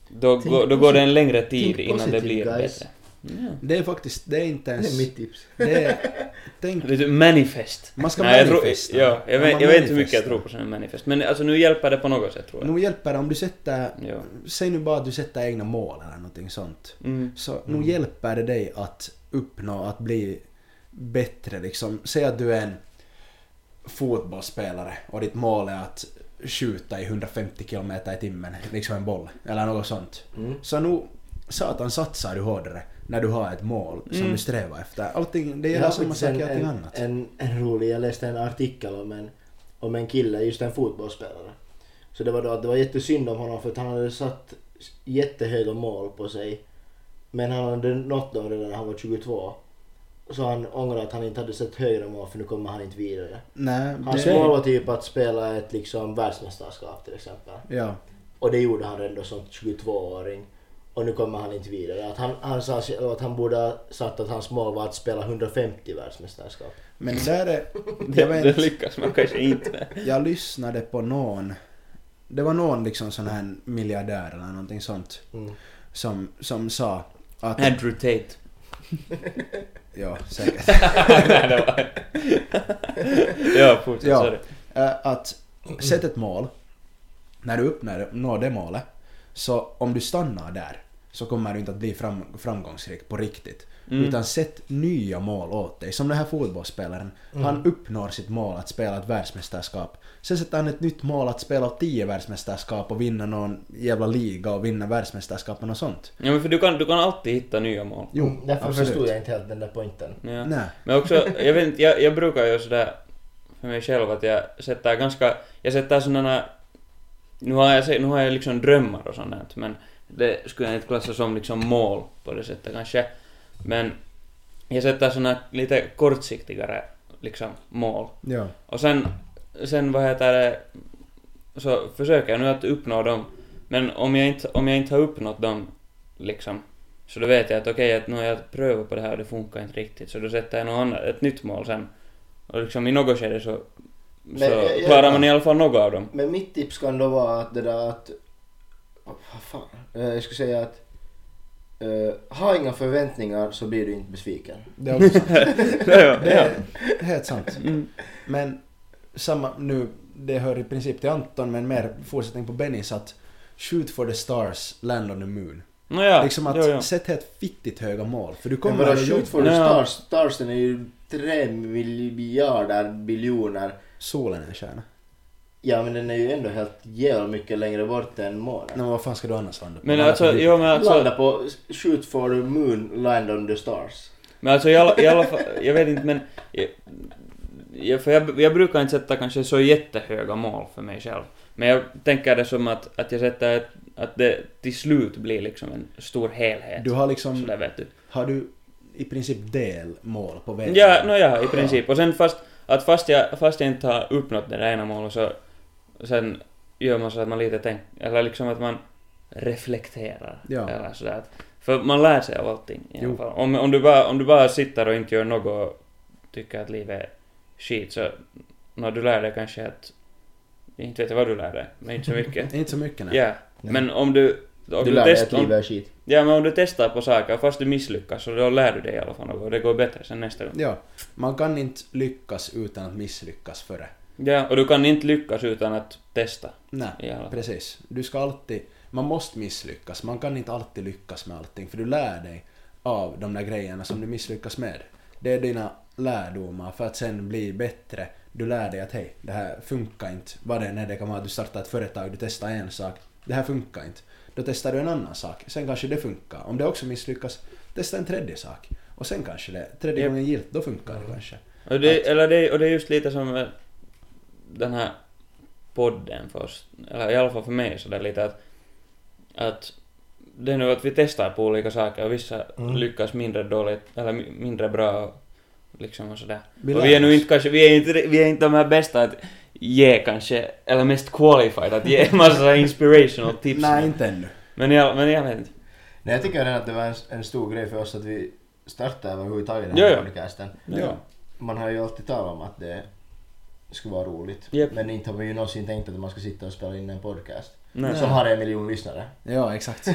S3: då,
S2: Tänk
S3: går- då
S2: posi-
S3: går det en längre tid
S2: tänk
S3: innan det
S2: positive,
S3: blir
S2: guys.
S3: bättre. Ja.
S1: Det är faktiskt, det är inte
S2: Det är
S1: ens...
S2: mitt tips.
S1: Det är, tänk,
S3: Lite manifest.
S1: Man ska
S3: Nej, jag tror-
S1: manifesta.
S3: Ja, jag,
S1: Man
S3: vet, jag vet inte hur mycket
S1: manifestar.
S3: jag tror på sådana manifest, men alltså nu hjälper det på något sätt tror jag.
S1: nog hjälper det om du sätter,
S3: Ja.
S1: säg nu bara att du sätter egna mål eller någonting sånt.
S3: Mm.
S1: Så nog hjälper det dig att uppnå, att bli bättre liksom. Säg att du är en fotbollsspelare och ditt mål är att skjuta i 150 km i timmen, liksom en boll, eller något sånt.
S2: Mm.
S1: Så nu, satan satsar du hårdare när du har ett mål som
S3: Mm.
S1: du strävar efter. Allting, det
S2: Jag
S1: gäller
S2: har
S1: samma
S2: faktiskt
S1: sak i allting
S2: en,
S1: annat.
S2: en, en rolig, jag läste en artikel om en, om en kille, just en fotbollsspelare. Så det var då att det var jättesynd om honom för att han hade satt jättehöga mål på sig. Men han hade nått dem redan när han var 22. Så han ångrar att han inte hade sett högre mål för nu kommer han inte vidare.
S1: Nej,
S2: Hans mål var typ att spela ett liksom världsmästerskap till exempel.
S1: Ja.
S2: Och det gjorde han ändå som 22-åring. Och nu kommer han inte vidare. Att han, han sa själv att han borde ha sagt att hans mål var att spela 150 världsmästerskap.
S1: Men där är...
S3: Det,
S1: Jag vet
S3: det
S1: inte.
S3: lyckas man kanske inte med.
S1: jag lyssnade på någon, det var någon liksom sån här miljardär eller någonting sånt
S2: Mm.
S1: som, som sa att...
S3: Andrew Tate.
S1: Ja, säkert.
S3: Nej, det var... ja, fortsätt,
S1: Ja.
S3: sorry.
S1: Eh, att sätt ett mål, när du uppnår når det målet, så om du stannar där så kommer du inte att bli fram, framgångsrik på riktigt.
S3: Mm.
S1: Utan sätt nya mål åt dig. Som den här fotbollsspelaren,
S2: Mm.
S1: han uppnår sitt mål att spela ett världsmästerskap. Sen sätter han ett nytt mål att spela tio världsmästerskap och vinna någon jävla liga och vinna världsmästerskapen och sånt.
S3: Ja, men för du kan, du kan alltid hitta nya mål.
S1: Jo,
S2: Mm, Därför
S1: absolut.
S2: förstod jag inte helt den där pointen.
S3: Ja.
S1: Nej.
S3: Men också, jag vet inte, jag, jag brukar ju sådär för mig själv att jag sätter ganska, jag sätter sådana, nu har jag, se- nu har jag liksom drömmar och sånt där, men det skulle jag inte klassa som liksom mål på det sättet kanske. Men jag sätter sådana lite kortsiktigare liksom mål.
S1: Ja.
S3: Och sen, sen vad heter det, så försöker jag nu att uppnå dem. Men om jag inte, om jag inte har uppnått dem, liksom, så då vet jag att okej, att nu har jag prövat på det här och det funkar inte riktigt, så då sätter jag något annat, ett nytt mål sen. Och liksom i något skede så,
S2: Men
S3: så
S2: jag- jag-
S3: klarar man i alla fall något av dem.
S2: Men mitt tips kan då vara att det där att... Vad fan? Eh, Jag skulle säga att... eh, ha inga förväntningar så blir du inte besviken.
S1: Det är också sant.
S3: ja,
S1: Det
S3: ja.
S1: är helt sant.
S3: Mm.
S1: Men samma nu, det hör i princip till Anton men mer fortsättning på Bennys att shoot for the stars, land on the moon.
S3: No, ja.
S1: liksom att
S3: jo, jo.
S1: sätt helt fittigt höga mål för du
S2: Men
S1: kommer
S2: vadå,
S1: att
S2: shoot
S1: jobba.
S2: for the
S3: Ja.
S2: stars. Starsen är ju tre miljarder biljoner.
S1: Solen är en stjärna.
S2: Ja men den är ju ändå helt jävla mycket längre bort än månen.
S1: Nej, men vad fan ska du annars landa på?
S3: Men
S1: Landa på
S3: alltså,
S1: Jupiter.
S3: jo, men alltså,
S2: Landa på shoot for the moon, land on the stars.
S3: Men alltså i alla, i alla fall, jag vet inte men... Jag, jag, för jag, jag brukar inte sätta kanske så jättehöga mål för mig själv. Men jag tänker det som att, att jag sätter ett, att det till slut blir liksom en stor helhet.
S1: Du har liksom,
S3: Sådär vet du.
S1: har du i princip delmål på vägen?
S3: Ja, no ja, i princip. Och sen fast, att fast jag, fast jag inte har uppnått det där ena målet så sen gör man så att man lite tänker, eller liksom att man reflekterar.
S1: Ja.
S3: Eller sådär. att- För man lär sig av allting i alla
S1: Jo.
S3: fall. Om, om, du bara, om du bara sitter och inte gör något och tycker att livet är skit så no, du lär dig kanske att, inte vet jag vad du lär dig, men inte så mycket.
S1: Inte så mycket nej.
S3: ja, men om du... Om
S2: Du lär dig att
S3: test- om-
S2: livet är skit.
S3: Ja, men om du testar på saker fast du misslyckas så då lär du dig i alla fall något och det går bättre sen nästa gång.
S1: Ja. Man kan inte lyckas utan att misslyckas före.
S3: Ja, och du kan inte lyckas utan att testa.
S1: Nej.
S3: I alla fall.
S1: Precis. Du ska alltid, man måste misslyckas. Man kan inte alltid lyckas med allting för du lär dig av de där grejerna som du misslyckas med. Det är dina lärdomar för att sen bli bättre. Du lär dig att hej, det här funkar inte. Vad det än är, det kan vara att du startar ett företag, du testar en sak. Det här funkar inte. Då testar du en annan sak. Sen kanske det funkar. Om det också misslyckas, testa en tredje sak. Och sen kanske det, tredje
S3: Japp.
S1: gången gillt, då funkar det kanske.
S3: Och det, eller det, och det är just lite som eh, den här podden för oss, eller i alla fall för mig sådär lite att, att det är nu att vi testar på olika saker och vissa
S2: Mm.
S3: lyckas mindre dåligt eller mi- mindre bra och liksom och sådär.
S1: Vi
S3: och
S1: lär
S3: vi är nu
S1: oss.
S3: inte kanske, vi är inte, vi är inte de här bästa att ge kanske, eller mest qualified att ge massa inspirational tips.
S1: Nej, inte ännu.
S3: Men jag, men jag vet inte.
S2: Nej, jag tycker redan att det var en, en stor grej för oss att vi startade överhuvudtaget den
S3: Ja,
S2: här
S3: ja.
S2: podcasten.
S3: Ja.
S1: Ja.
S2: Man har ju alltid talat om att det skulle vara roligt.
S3: Japp.
S2: Men inte har man ju någonsin tänkt att man ska sitta och spela in en podcast.
S3: Nej.
S2: Som har en miljon lyssnare.
S1: Ja, exakt.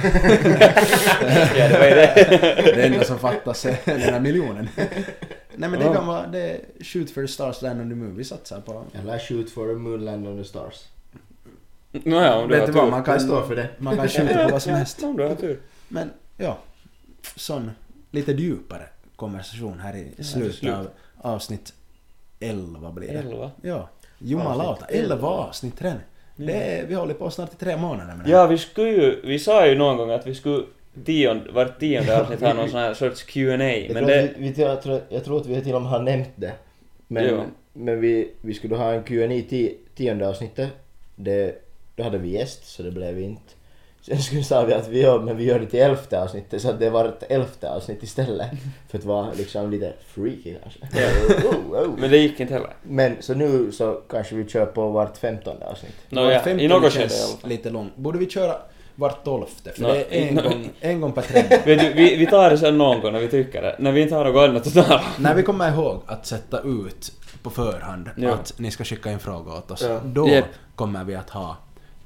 S3: ja, det var ju det.
S1: Det enda som fattas är den här miljonen. Nej men det
S3: Ja.
S1: kan vara, det är shoot for the stars land on the moon vi satsar på.
S2: Eller shoot for a moonland on the stars.
S3: Nåja, om du
S1: Vet
S3: har
S1: du
S3: tur.
S1: vad, man
S2: Kan
S1: kan,
S2: stå för det.
S1: man kan skjuta på vad som
S3: Ja,
S1: helst.
S3: Om du har tur.
S1: Men ja, sån lite djupare konversation här i slutet
S3: slut.
S1: av avsnitt 11 blir det.
S3: Elva.
S1: Ja, jumalauta,
S2: Avsnitt
S1: 11
S2: elva.
S1: avsnitt redan. Det är, vi håller på snart i tre månader med det här.
S3: Ja, vi skulle ju, vi sa ju någon gång att vi skulle tion, vart tionde avsnitt ha någon sån här sorts Q&A
S2: Jag,
S3: men
S2: tror
S3: det...
S2: att vi, vi, jag, tror, jag tror att vi till och med har nämnt det. Men,
S3: Ja.
S2: men vi, vi skulle ha en Q&A i tionde avsnittet. Det, då hade vi gäst, så det blev inte. Sen skulle sa vi att vi gör, men vi gör det till elfte avsnittet, så att det var ett elfte avsnitt istället. För att vara liksom lite freaky kanske. Oh, oh, oh.
S3: Men det gick inte heller.
S2: Men så nu så kanske vi kör på vart femtonde avsnitt.
S3: Nåja, i något skede i alla fall.
S1: lite långt. Borde vi köra vart tolfte? För
S3: Nå,
S1: det är en,
S3: nå-
S1: gång, en gång per tre.
S3: Vet du, vi, vi tar det sen någon gång när vi tycker det. När vi inte har något annat att tala om.
S1: När vi kommer ihåg att sätta ut på förhand
S3: Ja.
S1: att ni ska skicka in frågor åt oss,
S2: Ja.
S1: då
S3: Japp.
S1: kommer vi att ha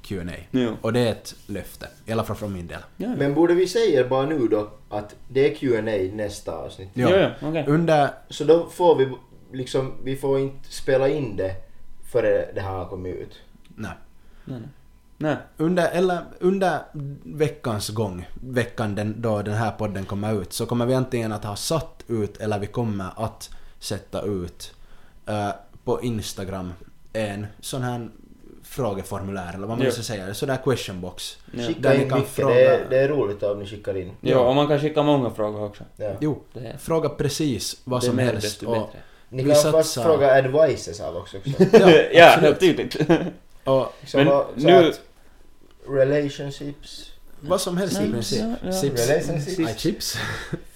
S1: Q&A.
S3: Jo.
S1: Och det är ett löfte, i alla fall från min del.
S3: Ja, ja.
S2: Men borde vi säga bara nu då att det är Q&A nästa avsnitt?
S1: Ja.
S3: Jo, jo, okej.
S1: Under
S2: Så då får vi liksom, vi får inte spela in det före det här har kommit ut.
S1: Nej.
S3: Nej, nej. Nej.
S1: Under, eller under veckans gång, veckan den, då den här podden kommer ut, så kommer vi antingen att ha satt ut eller vi kommer att sätta ut eh, på Instagram en sån här frågeformulär eller vad man
S3: Ja.
S1: ska säga, sådär question box.
S3: Ja.
S2: Skicka
S1: Där ni
S2: in
S1: kan
S2: mycket,
S1: fråga-
S2: det, är, det är roligt om ni skickar in.
S3: Jo, och man kan skicka många frågor också.
S2: Ja.
S1: Jo,
S3: Det är,
S1: fråga precis vad
S3: det är
S1: som
S3: mer,
S1: helst.
S3: desto
S1: Och,
S3: bättre.
S2: Ni
S1: Vi
S2: kan fast
S1: satsar.
S2: fråga advices av också. också.
S1: ja,
S3: ja,
S1: absolut.
S3: helt tydligt.
S1: och
S2: Så
S3: Men
S2: vad- så
S3: nu...
S2: att relationships,
S1: vad som helst i
S3: Nej,
S1: princip.
S3: ja, ja.
S1: Sips.
S2: Relationships.
S1: Nej, chips.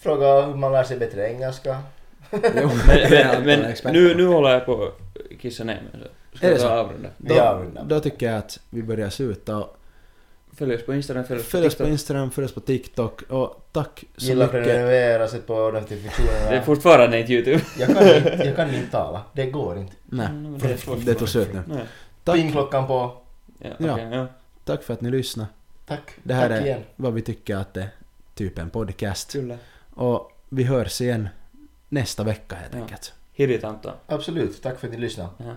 S2: fråga hur man lär sig bättre engelska.
S1: Jo,
S3: Men,
S1: det är Anton
S3: men, men
S1: expert
S3: nu,
S1: på.
S3: nu håller jag på att kissa ner mig. så Ska
S1: Är det
S3: vi
S1: så?
S3: avrunda?
S2: Vi
S1: Då,
S2: avrundar.
S1: då tycker jag att vi börjar sluta och
S3: Följ oss på Instagram, följ oss på
S1: Följ oss på
S3: TikTok.
S1: Instagram, följ oss på TikTok och tack så
S2: Gilla,
S1: mycket.
S2: prenumerera, sätt på
S3: Det är
S2: notifikationerna.
S3: fortfarande inte YouTube.
S2: Jag kan, inte, jag kan inte tala, det går inte.
S1: Nej,
S3: Mm, men
S1: det, det tog slut nu.
S3: Nej.
S1: Tack,
S2: Pingklockan på.
S3: Ja,
S1: Ja.
S3: okej, ja.
S1: tack för att ni lyssnade.
S2: Tack.
S1: Det här
S2: Tack
S1: är-
S2: igen.
S1: Vad vi tycker att det är typ en podcast.
S3: Kyllä.
S1: Och vi hörs igen nästa vecka helt
S3: Ja.
S1: enkelt.
S3: Hirjitanta.
S2: Absolut, tack för att ni lyssnade.
S3: Ja.